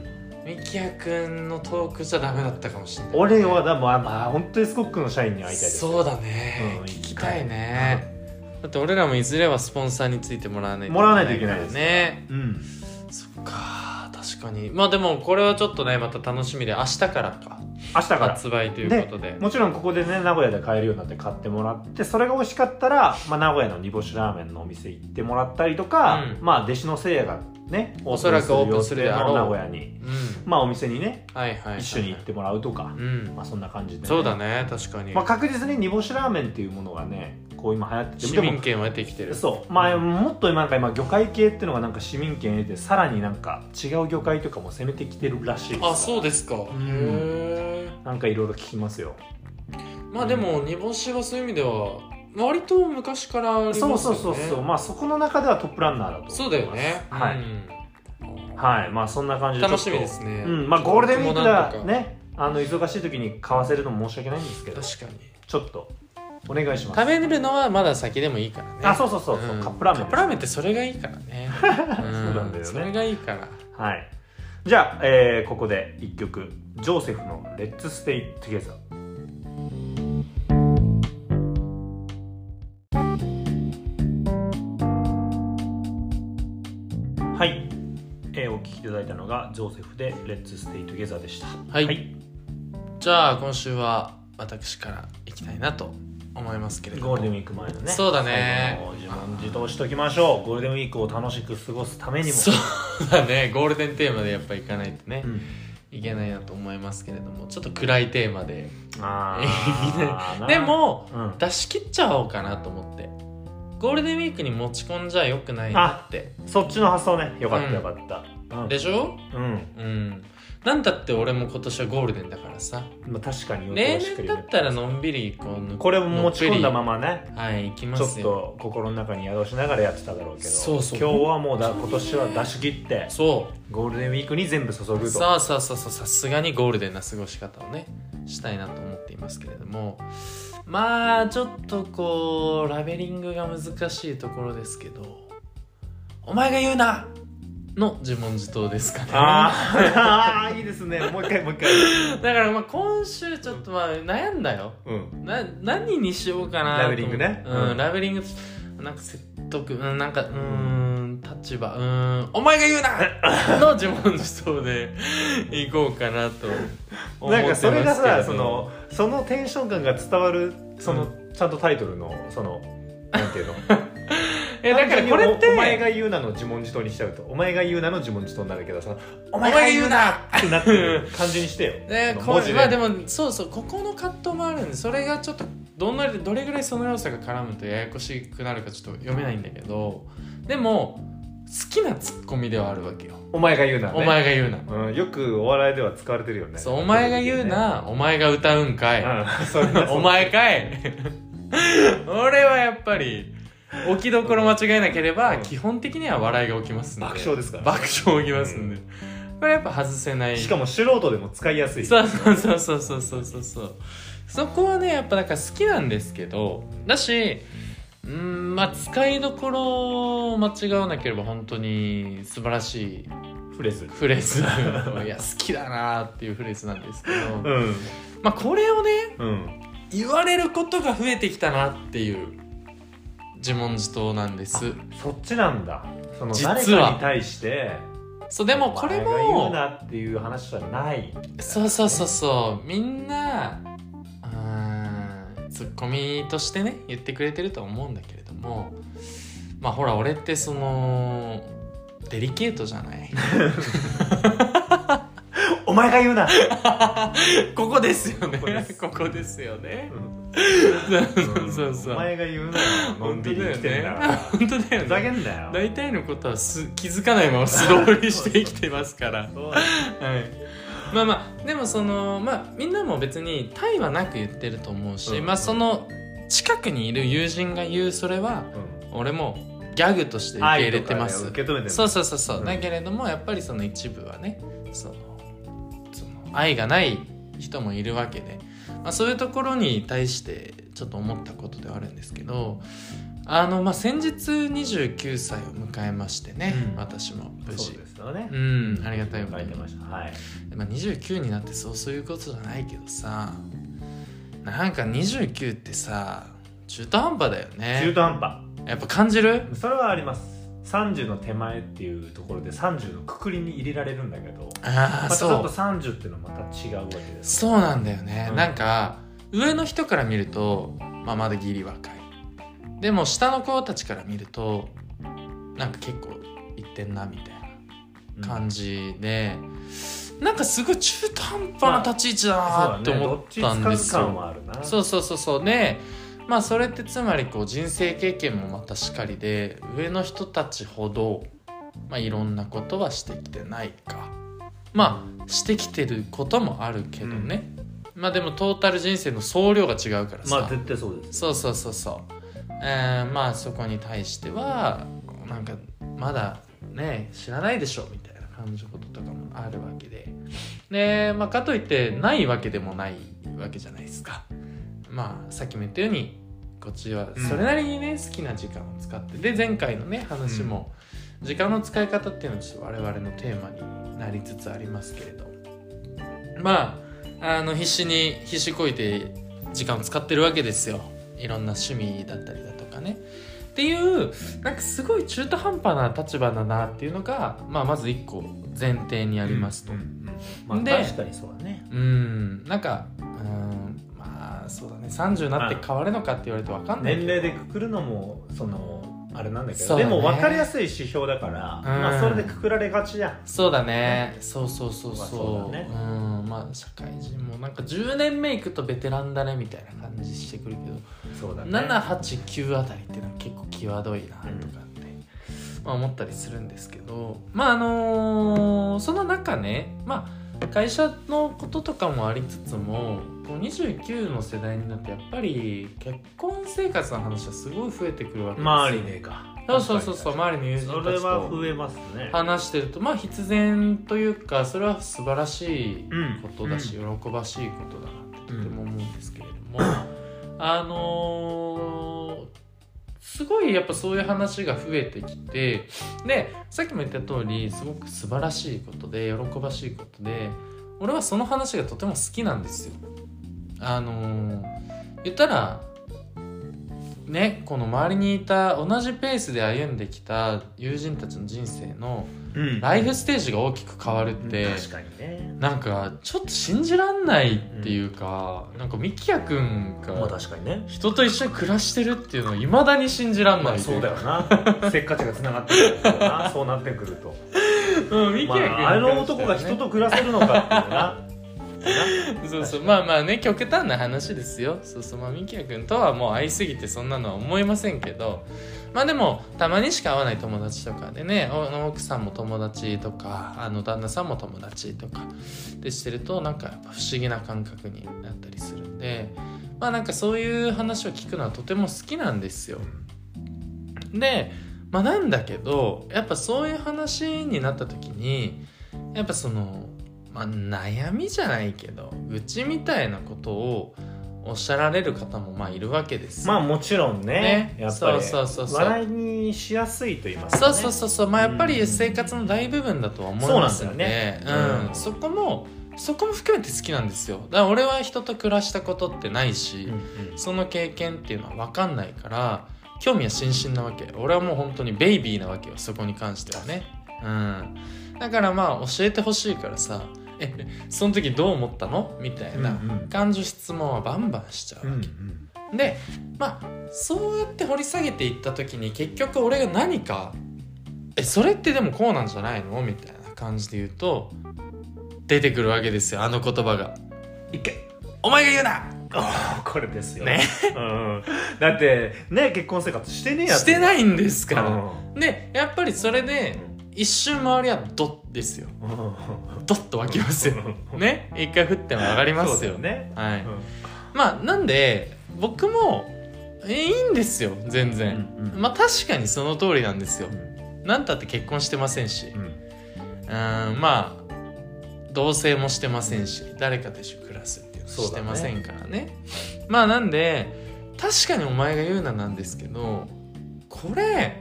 Speaker 1: みきやくんのトークじゃダメだったかもしれない
Speaker 2: 俺はだまあまあ本当にスコックの社員に会いたいです
Speaker 1: そうだね、
Speaker 2: うん
Speaker 1: 聞きたいね、だって俺らもいずれはスポンサーについてもらわない
Speaker 2: もらわないといけないです
Speaker 1: ね
Speaker 2: うん
Speaker 1: そっか確かにまあでもこれはちょっとねまた楽しみで明日からか
Speaker 2: 明日から
Speaker 1: 発売ということで
Speaker 2: もちろんここでね名古屋で買えるようになって買ってもらってそれが美味しかったら、まあ、名古屋の煮干しラーメンのお店行ってもらったりとか、
Speaker 1: うん
Speaker 2: まあ弟子のせいやがね
Speaker 1: おそらくオープンするであろう
Speaker 2: 名古屋に
Speaker 1: うん
Speaker 2: まあお店にね
Speaker 1: はいはい、はい、
Speaker 2: 一緒に行ってもらうとか、
Speaker 1: うん
Speaker 2: まあそんな感じで、
Speaker 1: そうだね確かに、
Speaker 2: まあ、確実に煮干しラーメンっていうものがねこう今流行ってて
Speaker 1: 市民権を得てきてる
Speaker 2: そうまあもっとなんか今魚介系っていうのがなんか市民権得てさらになんか違う魚介とかも攻めてきてるらしいです
Speaker 1: あそうですかへ
Speaker 2: ん
Speaker 1: え
Speaker 2: なんかいろいろ聞きますよ
Speaker 1: まあでも煮干しはそういう意味では割と昔からありますよ
Speaker 2: そ
Speaker 1: ね
Speaker 2: うそうそうそうまあそこの中ではトップランナーだと
Speaker 1: そうだよね
Speaker 2: はい
Speaker 1: うん
Speaker 2: はいまあそんな感じで
Speaker 1: 楽しみで
Speaker 2: ね
Speaker 1: すね
Speaker 2: うんまあゴールデンウィーク
Speaker 1: 僕
Speaker 2: が
Speaker 1: もなんとか
Speaker 2: ねあの忙しい時に買わせるのも申し訳ないんですけど
Speaker 1: 確かに
Speaker 2: ちょっとお願いします
Speaker 1: 食べるのはまだ先でもいいからね
Speaker 2: あそうそうそうそう、
Speaker 1: ん
Speaker 2: カップラーメン
Speaker 1: カップラーメンってそれがいいから ね
Speaker 2: そうなんだよね
Speaker 1: それがいいから
Speaker 2: はい。じゃあ、えーここで一曲、ジョーセフのレッツステイ t o g e t h きいただいたのがジョーセフで「レッツ・ステイ・トゥゲザー」でした
Speaker 1: はいじゃあ今週は私からいきたいなと思いますけれど
Speaker 2: ゴ
Speaker 1: も
Speaker 2: ールデンウィーク前のね
Speaker 1: そうだね
Speaker 2: 最後の自問自答しときましょうゴールデンウィークを楽しく過ごすためにも
Speaker 1: そうだねゴールデンテーマでやっぱいかないとね、
Speaker 2: うん
Speaker 1: いけないなと思いますけれどもちょっと暗いテーマで
Speaker 2: あー
Speaker 1: で、も
Speaker 2: うん、
Speaker 1: 出し切っちゃおうかなと思ってゴールデンウィークに持ち込んじゃよくないなって
Speaker 2: そっちの発想ねよか
Speaker 1: う
Speaker 2: っ
Speaker 1: ん
Speaker 2: たよかったうん
Speaker 1: でしょ
Speaker 2: うん
Speaker 1: うんなんだって俺も今年はゴールデンだからさ
Speaker 2: まあ確かに
Speaker 1: 例年だったら
Speaker 2: の
Speaker 1: のんびりこう
Speaker 2: これも持ち込んだま
Speaker 1: ま
Speaker 2: まね
Speaker 1: はい行きま
Speaker 2: ちょっ
Speaker 1: すよ
Speaker 2: と心の中に宿しながらやってただろうけど
Speaker 1: そうそう
Speaker 2: 今日はもうだ今年は出し切って
Speaker 1: そ
Speaker 2: ゴールデンウィークに全部注ぐ
Speaker 1: う
Speaker 2: と
Speaker 1: さあさあさあさあさすがにゴールデンな過ごし方をねしたいなと思っていますけれどもまあちょっとこうラベリングが難しいところですけど「お前が言うな!」の自問自答ですかね
Speaker 2: あーあーいいですねもう一回もう一回
Speaker 1: だからまあ今週ちょっとまあ悩んだよ
Speaker 2: うん
Speaker 1: な何にしようかな
Speaker 2: ラベリングね
Speaker 1: うん、
Speaker 2: うん
Speaker 1: ラベリングなんか説得うんなんかうーん立場うーんお前が言う なの自問自答で行こうかなと思
Speaker 2: な
Speaker 1: って
Speaker 2: ん
Speaker 1: ま
Speaker 2: か
Speaker 1: すけ
Speaker 2: そ
Speaker 1: ど
Speaker 2: れがさそのそのテンション感が伝わるその、ちゃんとタイトルのそのなんていうの
Speaker 1: えだからこれっ
Speaker 2: 単純におお前
Speaker 1: て
Speaker 2: が言うなの自問自答にしちゃうとお前が言うなの自問自答になるけどさお
Speaker 1: 前が言うな
Speaker 2: 前が言うなってなってる感じにしてよ、
Speaker 1: ね
Speaker 2: その
Speaker 1: こ
Speaker 2: 文字
Speaker 1: まあでもそうそうここの葛藤もあるんでそれがちょっとどんなどれぐらいその要素が絡むとややこしくなるかちょっと読めないんだけどでも好きなツッコミではあるわけよ
Speaker 2: お前が言うな、ね、
Speaker 1: お前が言うな
Speaker 2: うん、よくお笑いでは使われてるよね
Speaker 1: そうお前が言う、な、お前が歌うんかい、
Speaker 2: うん、それね
Speaker 1: お前かい俺はやっぱり置きどころ間違えなければ、
Speaker 2: うん
Speaker 1: 基本的には笑いが起きますんで
Speaker 2: 爆笑ですから
Speaker 1: 爆笑起きますんで、これやっぱ外せない
Speaker 2: しかも素人でも使いやすい
Speaker 1: そうそうそうそうそうそうそうそうそこはねやっぱだから好きなんですけどだしうーんまあ使いどころを間違わなければ本当に素晴らしい
Speaker 2: フレーズ
Speaker 1: フレーズいや好きだなーっていうフレーズなんですけど、
Speaker 2: うん
Speaker 1: まあこれをね
Speaker 2: うん
Speaker 1: 言われることが増えてきたなっていう自問自答なんです
Speaker 2: そっちなんだその
Speaker 1: 実は
Speaker 2: 誰かに対して
Speaker 1: そうでもこれ
Speaker 2: お前が言う
Speaker 1: も
Speaker 2: なっていう話はない
Speaker 1: そうそうそうそうみんなうーんツッコミとしてね言ってくれてるとは思うんだけれどもまあほら俺ってそのデリケートじゃない
Speaker 2: お前が言 うな、
Speaker 1: ここですよね
Speaker 2: ここで す
Speaker 1: ここですよね
Speaker 2: う
Speaker 1: そうそうそ
Speaker 2: お
Speaker 1: う
Speaker 2: 前が言う なのんびり生きてんだから
Speaker 1: 本当だよ
Speaker 2: ふざ
Speaker 1: ね
Speaker 2: けんなよ
Speaker 1: 大体のことはす気づかないまま素通りして生きてますから
Speaker 2: そうだ
Speaker 1: はい、まあまあでもそのまあみんなも別に対はなく言ってると思うし、
Speaker 2: うん
Speaker 1: まあその近くにいる友人が言うそれは
Speaker 2: うん
Speaker 1: 俺もギャグとして受け入れてます、
Speaker 2: 愛とかね受け止めてる
Speaker 1: そうそうそうそう、
Speaker 2: うん
Speaker 1: だけれどもやっぱりその一部はねそのその愛がない人もいるわけで、まあ、そういうところに対してちょっと思ったことではあるんですけどあの、まあ、先日29歳を迎えましてね、
Speaker 2: うん
Speaker 1: 私も無
Speaker 2: そう
Speaker 1: 事
Speaker 2: ですよね
Speaker 1: うんありがたいこと
Speaker 2: 書い
Speaker 1: に
Speaker 2: てましたはい
Speaker 1: まあ、29になってそうそういうことじゃないけどさなんか29ってさ中途半端だよ
Speaker 2: 中
Speaker 1: ね
Speaker 2: 途半端
Speaker 1: やっぱ感じる
Speaker 2: それはあります30の手前っていうところで30のくくりに入れられるんだけど
Speaker 1: あ
Speaker 2: ま
Speaker 1: あ
Speaker 2: たちょ
Speaker 1: そ
Speaker 2: っと
Speaker 1: う
Speaker 2: 30っていうのはまた違うわけです
Speaker 1: そうなんだよね、
Speaker 2: うん
Speaker 1: なんか上の人から見ると、まあ、まだギリ若いでも下の子たちから見るとなんか結構いってんなみたいな感じで、なんかすごい中途半端な立ち位置だなって思ったんですよ、
Speaker 2: そうだねどっちつかず感はあるな
Speaker 1: そうそうそうそうでまあそれってつまりこう人生経験もまたしかりで上の人たちほど、まあ、いろんなことはしてきてないかまあしてきてることもあるけどね、まあでもトータル人生の総量が違うからさ、
Speaker 2: まあ絶対そうです
Speaker 1: そうそうそうそう、えーまあそこに対してはなんかまだね知らないでしょみたいな感じのこととかもあるわけでで、まあ、かといってないわけでもないわけじゃないですかまあさっきも言ったようにこっちは
Speaker 2: うん
Speaker 1: それなりにね、好きな時間を使ってで前回のね話も、時間の使い方っていうのはちょっと我々のテーマになりつつありますけれどまああの必死に必死こいて時間を使ってるわけですよいろんな趣味だったりだとかねっていうなんかすごい中途半端な立場だなっていうのが、まあ、まず1個前提にありますと。
Speaker 2: うんうんまあ、
Speaker 1: で
Speaker 2: 確かにそうだね
Speaker 1: うんなんかうんまあそうだね30になって変わるのかって言われてわかんないけ
Speaker 2: 年
Speaker 1: ど
Speaker 2: 齢でくくるのもそのあれなんだけ
Speaker 1: そ
Speaker 2: ど、
Speaker 1: うだ
Speaker 2: で
Speaker 1: ね
Speaker 2: も分かりやすい指標だから、まあ、それでくくられがちじゃん
Speaker 1: そうだねそうそうそうそう
Speaker 2: そうだね
Speaker 1: んまあ社会人もなんか10年目いくとベテランだねみたいな感じしてくるけど、
Speaker 2: そうだね
Speaker 1: 789あたりっていうのは結構際どいなとかって、まあ、思ったりするんですけどまああのーその中ねまあ会社のこととかもありつつもこう29の世代になってやっぱり結婚生活の話はすごい増えてくるわけですよ
Speaker 2: 周りでか
Speaker 1: そうそうそうそう周りの友人
Speaker 2: そ
Speaker 1: た
Speaker 2: れ
Speaker 1: ち
Speaker 2: は
Speaker 1: と
Speaker 2: 増えますね
Speaker 1: 話してるとまあ必然というかそれは素晴らしい
Speaker 2: うん
Speaker 1: ことだし、喜ばしいことだなってとても思うんですけれども、あのーすごいやっぱそういう話が増えてきてでさっきも言った通りすごく素晴らしいことで喜ばしいことで俺はその話がとても好きなんですよ。あのー言ったらねこの周りにいた同じペースで歩んできた友人たちの人生の
Speaker 2: うん
Speaker 1: ライフステージが大きく変わるって、
Speaker 2: うん確かにね
Speaker 1: なんかちょっと信じらんないっていうか、なんかみきやくん
Speaker 2: まあ
Speaker 1: が
Speaker 2: 確かにね
Speaker 1: 人と一緒に暮らしてるっていうのをいまだに信じらんな
Speaker 2: まあ
Speaker 1: いとい
Speaker 2: そう
Speaker 1: う
Speaker 2: だよ
Speaker 1: か、
Speaker 2: な せっかちがつながってくるから なそうなってくると
Speaker 1: うんみきやくんに関
Speaker 2: ま
Speaker 1: してはね、
Speaker 2: ああれの男が人と暮らせるのかって いうな
Speaker 1: そうそうまあまあね極端な話ですよそうそうまあみきやくんとはもう会いすぎてそんなのは思いませんけどまあでもたまにしか会わない友達とかでねおあの奥さんも友達とかあの旦那さんも友達とかでしてるとなんかやっぱ不思議な感覚になったりするんでまあなんかそういう話を聞くのはとても好きなんですよ。で、まあ、なんだけどやっぱそういう話になった時にやっぱその、まあ、悩みじゃないけど愚痴みたいなことをおっしゃられる方もまあいるわけですよ
Speaker 2: まあもちろんね
Speaker 1: ね
Speaker 2: やっぱり
Speaker 1: そうそうそうそう
Speaker 2: 笑いにしやすいと言います
Speaker 1: そ
Speaker 2: かね
Speaker 1: うそうそうそうまあやっぱり生活の大部分だとは思いますんで
Speaker 2: そうなんだよねうん
Speaker 1: うんそこもそこも含めて好きなんですよだから俺は人と暮らしたことってないし、
Speaker 2: うん
Speaker 1: その経験っていうのは分かんないから興味は津々なわけ俺はもう本当にベイビーなわけよそこに関してはねうんだからまあ教えてほしいからさ「えその時どう思ったの?」みたい
Speaker 2: うん
Speaker 1: な
Speaker 2: うん
Speaker 1: 感情質問はバンバンしちゃう
Speaker 2: うんう
Speaker 1: わ
Speaker 2: ん
Speaker 1: け、でまあそうやって掘り下げていった時に結局俺が何か「えそれってでもこうなんじゃないの?」みたいな感じで言うと出てくるわけですよあの言葉が
Speaker 2: 一回
Speaker 1: 「お前が言うな!」
Speaker 2: これですよ
Speaker 1: ね、
Speaker 2: うんうん、だってね結婚生活してねえやつ
Speaker 1: して
Speaker 2: い
Speaker 1: ないんです
Speaker 2: か、
Speaker 1: からら
Speaker 2: う。ん
Speaker 1: でやっぱりそれで一瞬周りはドッですよ
Speaker 2: うん
Speaker 1: ドッと湧きますよね一回降っても上がりま
Speaker 2: そう
Speaker 1: す
Speaker 2: だ
Speaker 1: よ
Speaker 2: よね、
Speaker 1: は
Speaker 2: う
Speaker 1: い
Speaker 2: ん
Speaker 1: まあなんで僕もえいいんですよ全然、
Speaker 2: うんうん
Speaker 1: まあ確かにその通りなんですよなんたって結婚してませんしう
Speaker 2: うんん
Speaker 1: まあ同棲もしてませんし誰かと一緒に暮らすっていうの
Speaker 2: そう
Speaker 1: し
Speaker 2: だ
Speaker 1: て
Speaker 2: ね
Speaker 1: ませんからねまあなんで確かにお前が言うななんですけどこれ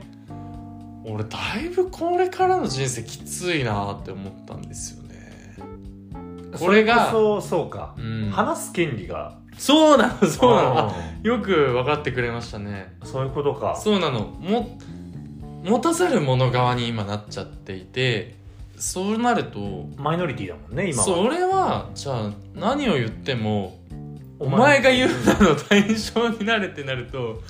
Speaker 1: 俺だいぶこれからの人生きついなって思ったんですよねこれが
Speaker 2: そうそうか
Speaker 1: う、ん
Speaker 2: 話す権利が
Speaker 1: そうなのそうなのあ
Speaker 2: ん
Speaker 1: よく分かってくれましたね
Speaker 2: そういうことか
Speaker 1: そうなのも持たざる者側に今なっちゃっていてそうなると
Speaker 2: マイノリティだもんね今は
Speaker 1: それはじゃあ何を言ってもお前が言うなの対象になれってなると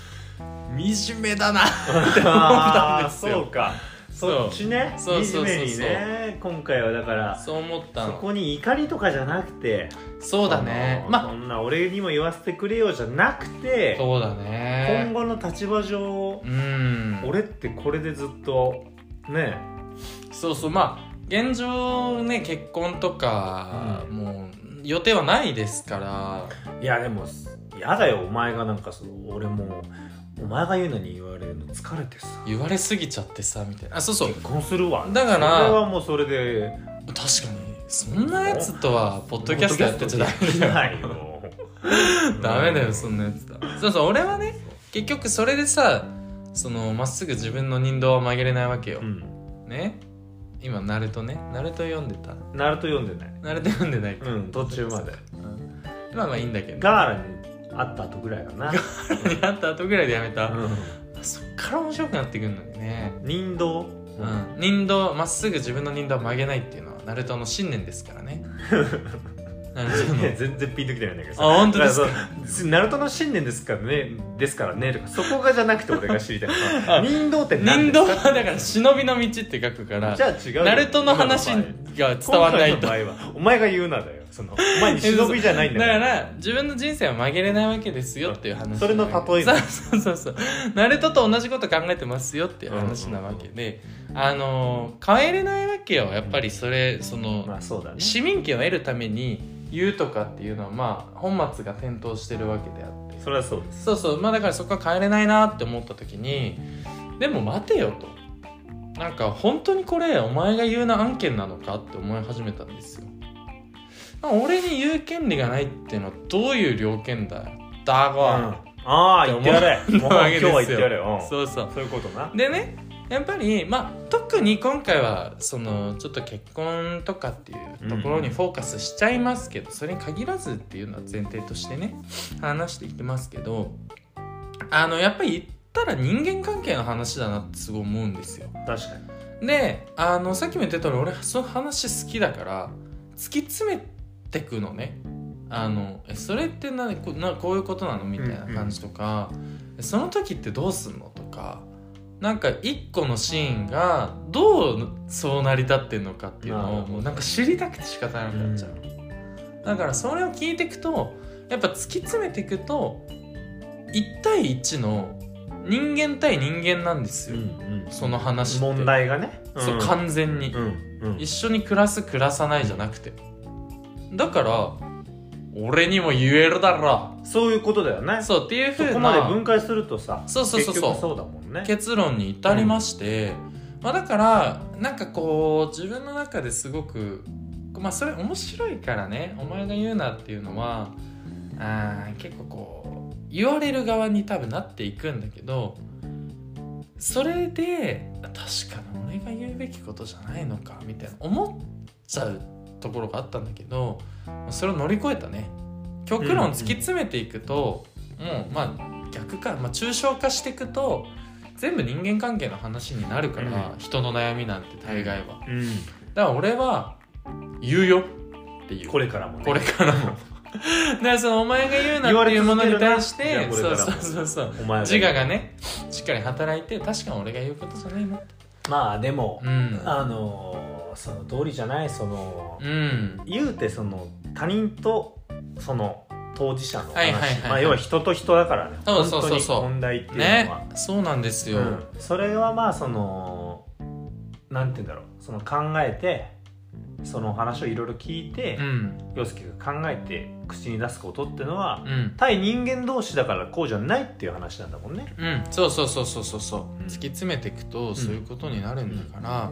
Speaker 1: 惨めだなって思ったん
Speaker 2: あ
Speaker 1: です
Speaker 2: ーそ
Speaker 1: よ
Speaker 2: うかそっちね
Speaker 1: そうそうそうそう
Speaker 2: 惨めにね今回はだから
Speaker 1: そう思った
Speaker 2: そ
Speaker 1: の
Speaker 2: こに怒りとかじゃなくて
Speaker 1: そうだね
Speaker 2: あの
Speaker 1: ま
Speaker 2: そんな俺にも言わせてくれよじゃなく
Speaker 1: あ
Speaker 2: て
Speaker 1: そうだ
Speaker 2: 今
Speaker 1: ね
Speaker 2: 後の立場上
Speaker 1: うん
Speaker 2: 俺ってこれでずっとね
Speaker 1: そうそうまあ現状ね結婚とか、
Speaker 2: う
Speaker 1: もう予定はないですから
Speaker 2: いやでもやだよお前がなんかその俺もうお前が言うのに言われるの疲れてさ
Speaker 1: 言われすぎちゃってさみたいなあそうそう
Speaker 2: 結婚するわ
Speaker 1: だから
Speaker 2: それはもうそれで
Speaker 1: 確かにそんなやつとはポッドキャストやってちゃダメだよ
Speaker 2: ないよ
Speaker 1: ダメだよそんなやつだそうそう俺はね結局それでさそのまっすぐ自分の人道は曲げれないわけよ
Speaker 2: う、ん
Speaker 1: ね今ナルトねナルト読んでた
Speaker 2: ナルト読んでない
Speaker 1: ナルト読んでないか、
Speaker 2: うん途中まで
Speaker 1: うんまあまあいいんだけど
Speaker 2: ガーラに会った後ぐらいかな
Speaker 1: に会った後ぐらいでやめた、
Speaker 2: うん
Speaker 1: あそっから面白くなってくるのにね、
Speaker 2: 人道、
Speaker 1: うん任道まっすぐ自分の任道を曲げないっていうのはナルトの信念ですから ねナルトの
Speaker 2: いや全然ピンときてないんだけど
Speaker 1: あ本当ですか
Speaker 2: だからそうナルトの信念ですからねですからねとかそこがじゃなくて俺が知りたいのは
Speaker 1: あ
Speaker 2: 人道って
Speaker 1: 任
Speaker 2: 何です
Speaker 1: 道
Speaker 2: か
Speaker 1: はだから忍びの道って書くから
Speaker 2: じゃあ違うよ
Speaker 1: ナルトの話
Speaker 2: 今の場合
Speaker 1: が伝わんないと
Speaker 2: 今回の場合はお前が言うなだよそのお前に忍びじゃないん
Speaker 1: だ
Speaker 2: だか
Speaker 1: からら自分の人生は曲げれないわけですよっていう話
Speaker 2: それの例え
Speaker 1: そ
Speaker 2: だ
Speaker 1: うそうそうそうナルトと同じこと考えてますよっていう話なわけで、あのー変えれないわけよやっぱりそれその、
Speaker 2: まあそうだね
Speaker 1: 市民権を得るために言うとかっていうのはまあ本末が転倒してるわけであって
Speaker 2: それはそうです
Speaker 1: そうそうまあだからそこは変えれないなって思った時にでも待てよとなんか本当にこれお前が言うな案件なのかって思い始めたんですよなんか俺に言う権利がないっていうのはどういう条件だよだ
Speaker 2: うん
Speaker 1: が、
Speaker 2: ああ言っ てやれもう今
Speaker 1: わけで
Speaker 2: 日
Speaker 1: すよ
Speaker 2: は言ってやれようん
Speaker 1: そうそう
Speaker 2: そういうことな
Speaker 1: でねやっぱりまあ特に今回はそのちょっと結婚とかっていうところにフォーカスしちゃいますけど、それに限らずっていうのは前提としてね話していきますけどあのやっぱり言ったら人間関係の話だなってすごい思うんですよ。
Speaker 2: 確かに
Speaker 1: であのさっきも言ってた通り俺その話好きだから突き詰めてくのねあのえそれってなこなこういうことなのみたいな感じとか、その時ってどうすんのとかなんか一個のシーンがどうそう成り立ってんのかっていう
Speaker 2: なる
Speaker 1: のを
Speaker 2: ほど
Speaker 1: もうなんか知りたくて仕方なくなっちゃう、だからそれを聞いていくとやっぱ突き詰めていくと1対1の人間対人間なんですよ、
Speaker 2: うん
Speaker 1: その話って
Speaker 2: 問題がね
Speaker 1: そう完全に、
Speaker 2: うんうん
Speaker 1: 一緒に暮らす暮らさないじゃなくてだから俺にも言えるだろ
Speaker 2: そういうことだよね
Speaker 1: そうっていう
Speaker 2: そ
Speaker 1: ふう
Speaker 2: こまで
Speaker 1: な
Speaker 2: 分解するとさ
Speaker 1: そうそうそうそう
Speaker 2: 結局そうだもんね
Speaker 1: 結論に至りまして、まあ、だからなんかこう自分の中ですごくまあそれ面白いからねお前が言うなっていうのはあー結構こう言われる側に多分なっていくんだけどそれで確かに俺が言うべきことじゃないのかみたいな思っちゃうところがあったんだけどそれを乗り越えたね極論突き詰めていくと、もうまあ逆か、まあ、抽象化していくと全部人間関係の話になるから、
Speaker 2: う
Speaker 1: 人の悩みなんて大概は
Speaker 2: うん
Speaker 1: だから俺は言うよっていう
Speaker 2: これからもね
Speaker 1: これから もだからそのお前が言うなっていうものに対し
Speaker 2: 言わ
Speaker 1: て
Speaker 2: れ続け
Speaker 1: そうそ
Speaker 2: るなじゃあこれから
Speaker 1: う
Speaker 2: も
Speaker 1: そうそう
Speaker 2: お前
Speaker 1: 自我がねしっかり働いて確かに俺が言うことじゃないなって
Speaker 2: まあでも
Speaker 1: うん
Speaker 2: あのーその通りじゃないその
Speaker 1: うん
Speaker 2: 言うてその他人とその当事者の
Speaker 1: はいはいはい
Speaker 2: 話
Speaker 1: はい
Speaker 2: まあ要は人と人だからね
Speaker 1: そう
Speaker 2: 本
Speaker 1: そう
Speaker 2: 当
Speaker 1: そう
Speaker 2: に
Speaker 1: そう
Speaker 2: 問題っていう
Speaker 1: ね
Speaker 2: のは
Speaker 1: そうなんですよ、
Speaker 2: うんそれはまあそのなんて言うんだろうその考えてその話をいろいろ聞いて
Speaker 1: うん
Speaker 2: 陽介が考えて口に出すことってのは
Speaker 1: うん
Speaker 2: 対人間同士だからこうじゃないっていう話なんだもんね
Speaker 1: うん、そうそうそうそうそうそう、
Speaker 2: うん
Speaker 1: 突き詰めていくとそういうことになるんだから、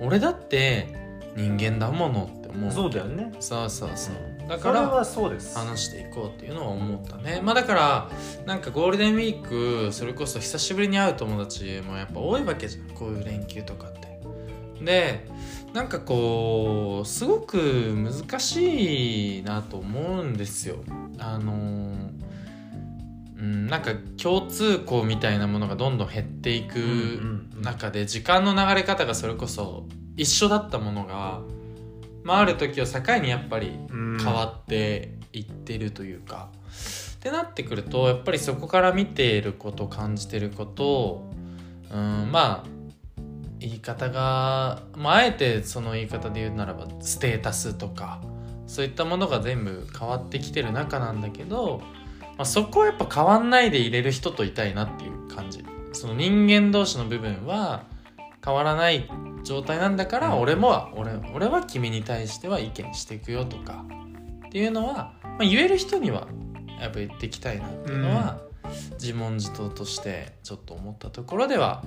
Speaker 1: 俺だって人間だものって思う
Speaker 2: そうだよね
Speaker 1: そうそうそうだ
Speaker 2: そ
Speaker 1: か
Speaker 2: れ
Speaker 1: ら
Speaker 2: はそうです
Speaker 1: 話していこうっていうのは思ったねまあだからなんかゴールデンウィークそれこそ久しぶりに会う友達もやっぱ多いわけじゃんこういう連休とかってでなんかこうすごく難しいなと思うんですよあのーうん、なんか共通項みたいなものがどんどん減ってい
Speaker 2: うん
Speaker 1: く
Speaker 2: うん
Speaker 1: 中で時間の流れ方がそれこそ一緒だったものが、まあ、ある時を境にやっぱり
Speaker 2: うん
Speaker 1: 変わっていってるというか、ってなってくるとやっぱりそこから見ていること感じてることうんまあ言い方が、まあ、あえてその言い方で言うならばステータスとかそういったものが全部変わってきてる中なんだけど、まあ、そこはやっぱ変わんないでいれる人といたいなっていう感じその人間同士の部分は変わらない状態なんだから俺も俺俺は君に対しては意見していくよとかっていうのは、まあ、言える人にはやっぱ言っていきたいなっていうのは、自問自答としてちょっと思ったところでは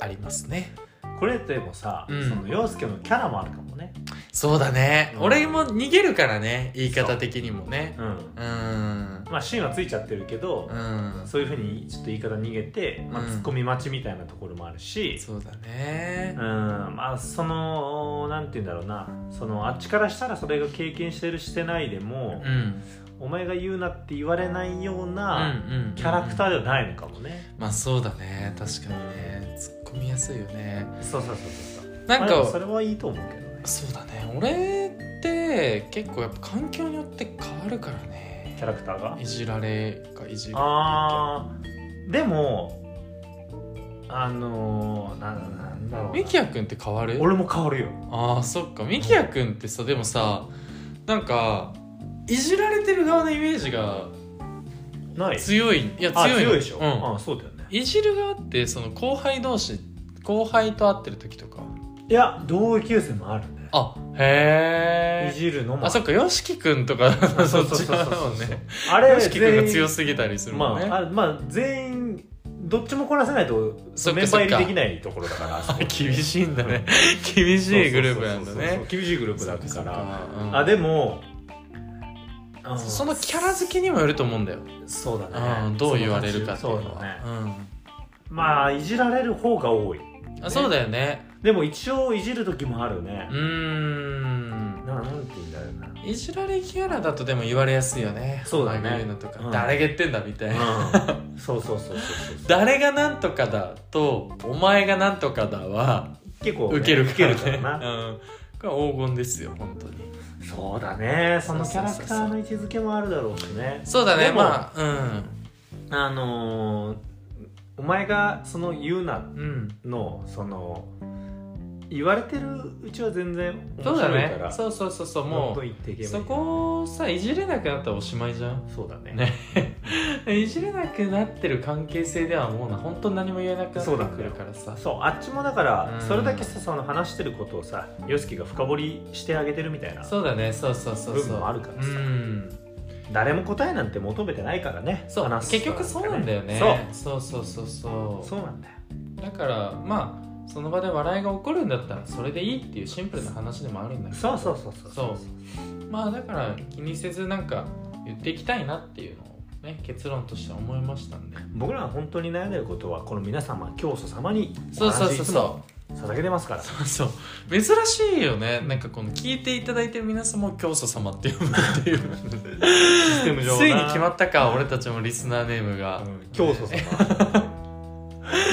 Speaker 1: ありますね。
Speaker 2: これでもさ、
Speaker 1: うん
Speaker 2: その陽介のキャラもあるかもね、
Speaker 1: そうだね、
Speaker 2: うん
Speaker 1: 俺も逃げるからね言い方的にもね
Speaker 2: うん、
Speaker 1: うーん
Speaker 2: まあ芯はついちゃってるけど、
Speaker 1: うん
Speaker 2: そういうふうにちょっと言い方逃げて、まあ、
Speaker 1: うん
Speaker 2: ツッコミ待ちみたいなところもあるし、
Speaker 1: そうだ
Speaker 2: う
Speaker 1: ね
Speaker 2: んまあそのなんて言うんだろうなそのあっちからしたらそれが経験してるしてないでも
Speaker 1: う、ん
Speaker 2: お前が言うなって言われないよう
Speaker 1: うん
Speaker 2: な
Speaker 1: うんうん
Speaker 2: キャラクターではないのかもね、
Speaker 1: まあそうだね確かにね突っ込みやすいよね
Speaker 2: そうそうそうそうそう
Speaker 1: なん
Speaker 2: まあで
Speaker 1: か
Speaker 2: もそれはいいと思うけどね
Speaker 1: そうだね俺って結構やっぱ環境によって変わるからね
Speaker 2: キャラクターが
Speaker 1: いじられかいじられ
Speaker 2: あーでもあのー、ななんだろうな
Speaker 1: ミキヤくんって変わる
Speaker 2: 俺も変わるよ
Speaker 1: あーそっかミキヤくんってさでもさなんかいじられてる側のイメージが
Speaker 2: ない
Speaker 1: 強いいや
Speaker 2: あ
Speaker 1: 強いの
Speaker 2: 強いでしょ、
Speaker 1: うん
Speaker 2: あそうだよね
Speaker 1: いじる側ってその後輩同士後輩と会ってる時とか
Speaker 2: いや同級生もあるね
Speaker 1: あへ
Speaker 2: い
Speaker 1: え
Speaker 2: じるのも
Speaker 1: あそっか y o s くんとかそっち側だもんね
Speaker 2: あ
Speaker 1: y
Speaker 2: れ
Speaker 1: o s くんが
Speaker 2: 全員
Speaker 1: 強すぎたりする
Speaker 2: ま
Speaker 1: もんね、
Speaker 2: あ、あまあ全員どっちもこなせないと
Speaker 1: そっか
Speaker 2: メンバー入りできないところだからあそこ
Speaker 1: 厳しいんだね 厳しいグループなんだ
Speaker 2: そうそうそうそう
Speaker 1: ね
Speaker 2: 厳しいグループだ
Speaker 1: そ
Speaker 2: か
Speaker 1: っ
Speaker 2: ら
Speaker 1: かうん
Speaker 2: あでもあ
Speaker 1: そのキャラ付けにもよると思うんだよ、
Speaker 2: そうだ
Speaker 1: う
Speaker 2: ね
Speaker 1: ん、どう言われるかっていうの
Speaker 2: そう
Speaker 1: は
Speaker 2: だね
Speaker 1: うん
Speaker 2: まあいじられる方が多い
Speaker 1: あそうだよね
Speaker 2: でも一応いじる時もあるね
Speaker 1: う、ーん
Speaker 2: ななんて言うんだろうない
Speaker 1: じられキャラだとでも言われやすいよね
Speaker 2: そうだね
Speaker 1: お前が言うのとか、
Speaker 2: うん
Speaker 1: 誰が言ってんだみたいな、
Speaker 2: うん、そうそうそうそうそうそう
Speaker 1: 誰がなんとかだとお前がなんとかだは
Speaker 2: 結構ね、
Speaker 1: 受ける
Speaker 2: 受ける
Speaker 1: か
Speaker 2: からら
Speaker 1: ね
Speaker 2: な
Speaker 1: うんこれ黄金ですよ本当に
Speaker 2: そうだねそのキャラクターの位置づけもあるだろうしね
Speaker 1: そうだね
Speaker 2: でも
Speaker 1: まあうん
Speaker 2: あのーお前がその言うな
Speaker 1: うん
Speaker 2: のその言われてるうちは全然面
Speaker 1: そうだ
Speaker 2: 白い
Speaker 1: ね
Speaker 2: から
Speaker 1: そうそうそうそう
Speaker 2: どん
Speaker 1: も
Speaker 2: どん
Speaker 1: う
Speaker 2: 言っていけばいい
Speaker 1: そこをさいじれなくなったらおしまいじゃん
Speaker 2: そうだね
Speaker 1: ね いじれなくなってる関係性ではもうな本当に何も言えなくな
Speaker 2: そうな
Speaker 1: って
Speaker 2: ん
Speaker 1: く
Speaker 2: だよ
Speaker 1: るからさ
Speaker 2: そうあっちもだか
Speaker 1: うん
Speaker 2: らそれだけさその話してることをさ YOSHIKI が深掘りしてあげてるみたいな
Speaker 1: そうだねそうそうそう
Speaker 2: 部
Speaker 1: そう
Speaker 2: 分もあるからさ
Speaker 1: うん
Speaker 2: 誰も答えなんて求めてないからね
Speaker 1: そう
Speaker 2: 話す
Speaker 1: 結局そうなんだよね
Speaker 2: そ
Speaker 1: そうそうそうそうう
Speaker 2: そうなんだよ
Speaker 1: だからまあその場で笑いが起こるんだったらそれでいいっていうシンプルな話でもあるんだけど
Speaker 2: そうそうそうそう
Speaker 1: そうまあだから気にせずなんか言っていきたいなっていうのをね結論としては思いましたんで
Speaker 2: 僕らは本当に悩んでることはこの皆様教祖様に
Speaker 1: そうそうそうそう
Speaker 2: 捧げてますから
Speaker 1: う そう珍しいよねなんかこの聞いていただいてる皆様を教祖様って呼ぶっていう
Speaker 2: システム上 な
Speaker 1: ついに決まったか俺たちもリスナーネームが、
Speaker 2: 教祖様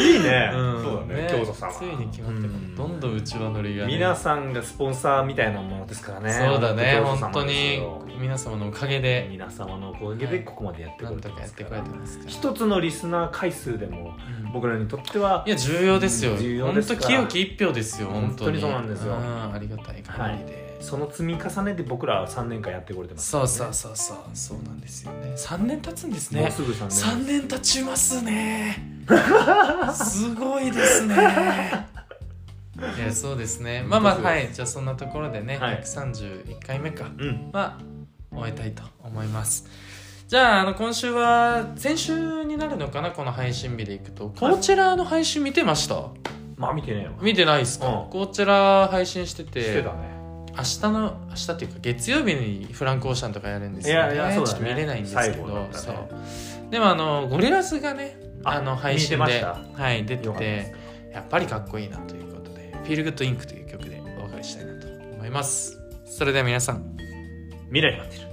Speaker 2: いいね、
Speaker 1: うん
Speaker 2: そうだね教祖様
Speaker 1: ついに決まったか
Speaker 2: うん
Speaker 1: どんどん内輪乗りが、ね、
Speaker 2: 皆さんがスポンサーみたいなものですからね
Speaker 1: そうだね
Speaker 2: 本
Speaker 1: 本
Speaker 2: 当
Speaker 1: 当
Speaker 2: に
Speaker 1: に皆様のおかげで
Speaker 2: 皆様のおかげでここまでやって
Speaker 1: な
Speaker 2: く
Speaker 1: ん
Speaker 2: れて
Speaker 1: とか
Speaker 2: ま
Speaker 1: やっ
Speaker 2: す
Speaker 1: て
Speaker 2: か
Speaker 1: くれ
Speaker 2: ら
Speaker 1: てますから
Speaker 2: 一つのリスナー回数でも
Speaker 1: うん
Speaker 2: 僕らにとってはい
Speaker 1: や重要ですよ
Speaker 2: 重要
Speaker 1: 本
Speaker 2: で
Speaker 1: 当
Speaker 2: すから
Speaker 1: 清き一票ですよ本当に
Speaker 2: 本当にそうなんですよ
Speaker 1: ありがたい限りで、
Speaker 2: その積み重ねで僕らは3年間やってこれてますか
Speaker 1: そ
Speaker 2: ら
Speaker 1: う
Speaker 2: ね
Speaker 1: そうそうそうそうなんですよね3年経つんです
Speaker 2: もう
Speaker 1: ね
Speaker 2: すぐ3年
Speaker 1: 3年経ちますね すごいですねいやそうですねまあまあ
Speaker 2: 本当そう
Speaker 1: は
Speaker 2: です
Speaker 1: いじゃあそんなところでね、
Speaker 2: はい
Speaker 1: 131回目か
Speaker 2: うん
Speaker 1: は終えたいと思いますじゃああの今週は先週になるのかなこの配信日でいくとこちらの配信見てました
Speaker 2: まあ見てねえわ
Speaker 1: 見てないっすか、
Speaker 2: うん
Speaker 1: こちら配信してて
Speaker 2: してたね
Speaker 1: 明日の明日っていうか月曜日にフランク・オーシャンとかやるんですよ、ね、
Speaker 2: いやいやそう
Speaker 1: ちょ
Speaker 2: だね
Speaker 1: っと見れないんですけど、
Speaker 2: 最後だったね
Speaker 1: そうでもあのゴリラスがねあの配信
Speaker 2: 見
Speaker 1: で
Speaker 2: てま
Speaker 1: はい、出て
Speaker 2: よかった
Speaker 1: て
Speaker 2: で
Speaker 1: やっぱりかっこいいなということで「フィールグッドインクという曲でお別れしたいなと思いますそれでは皆さん
Speaker 2: 未来待ってる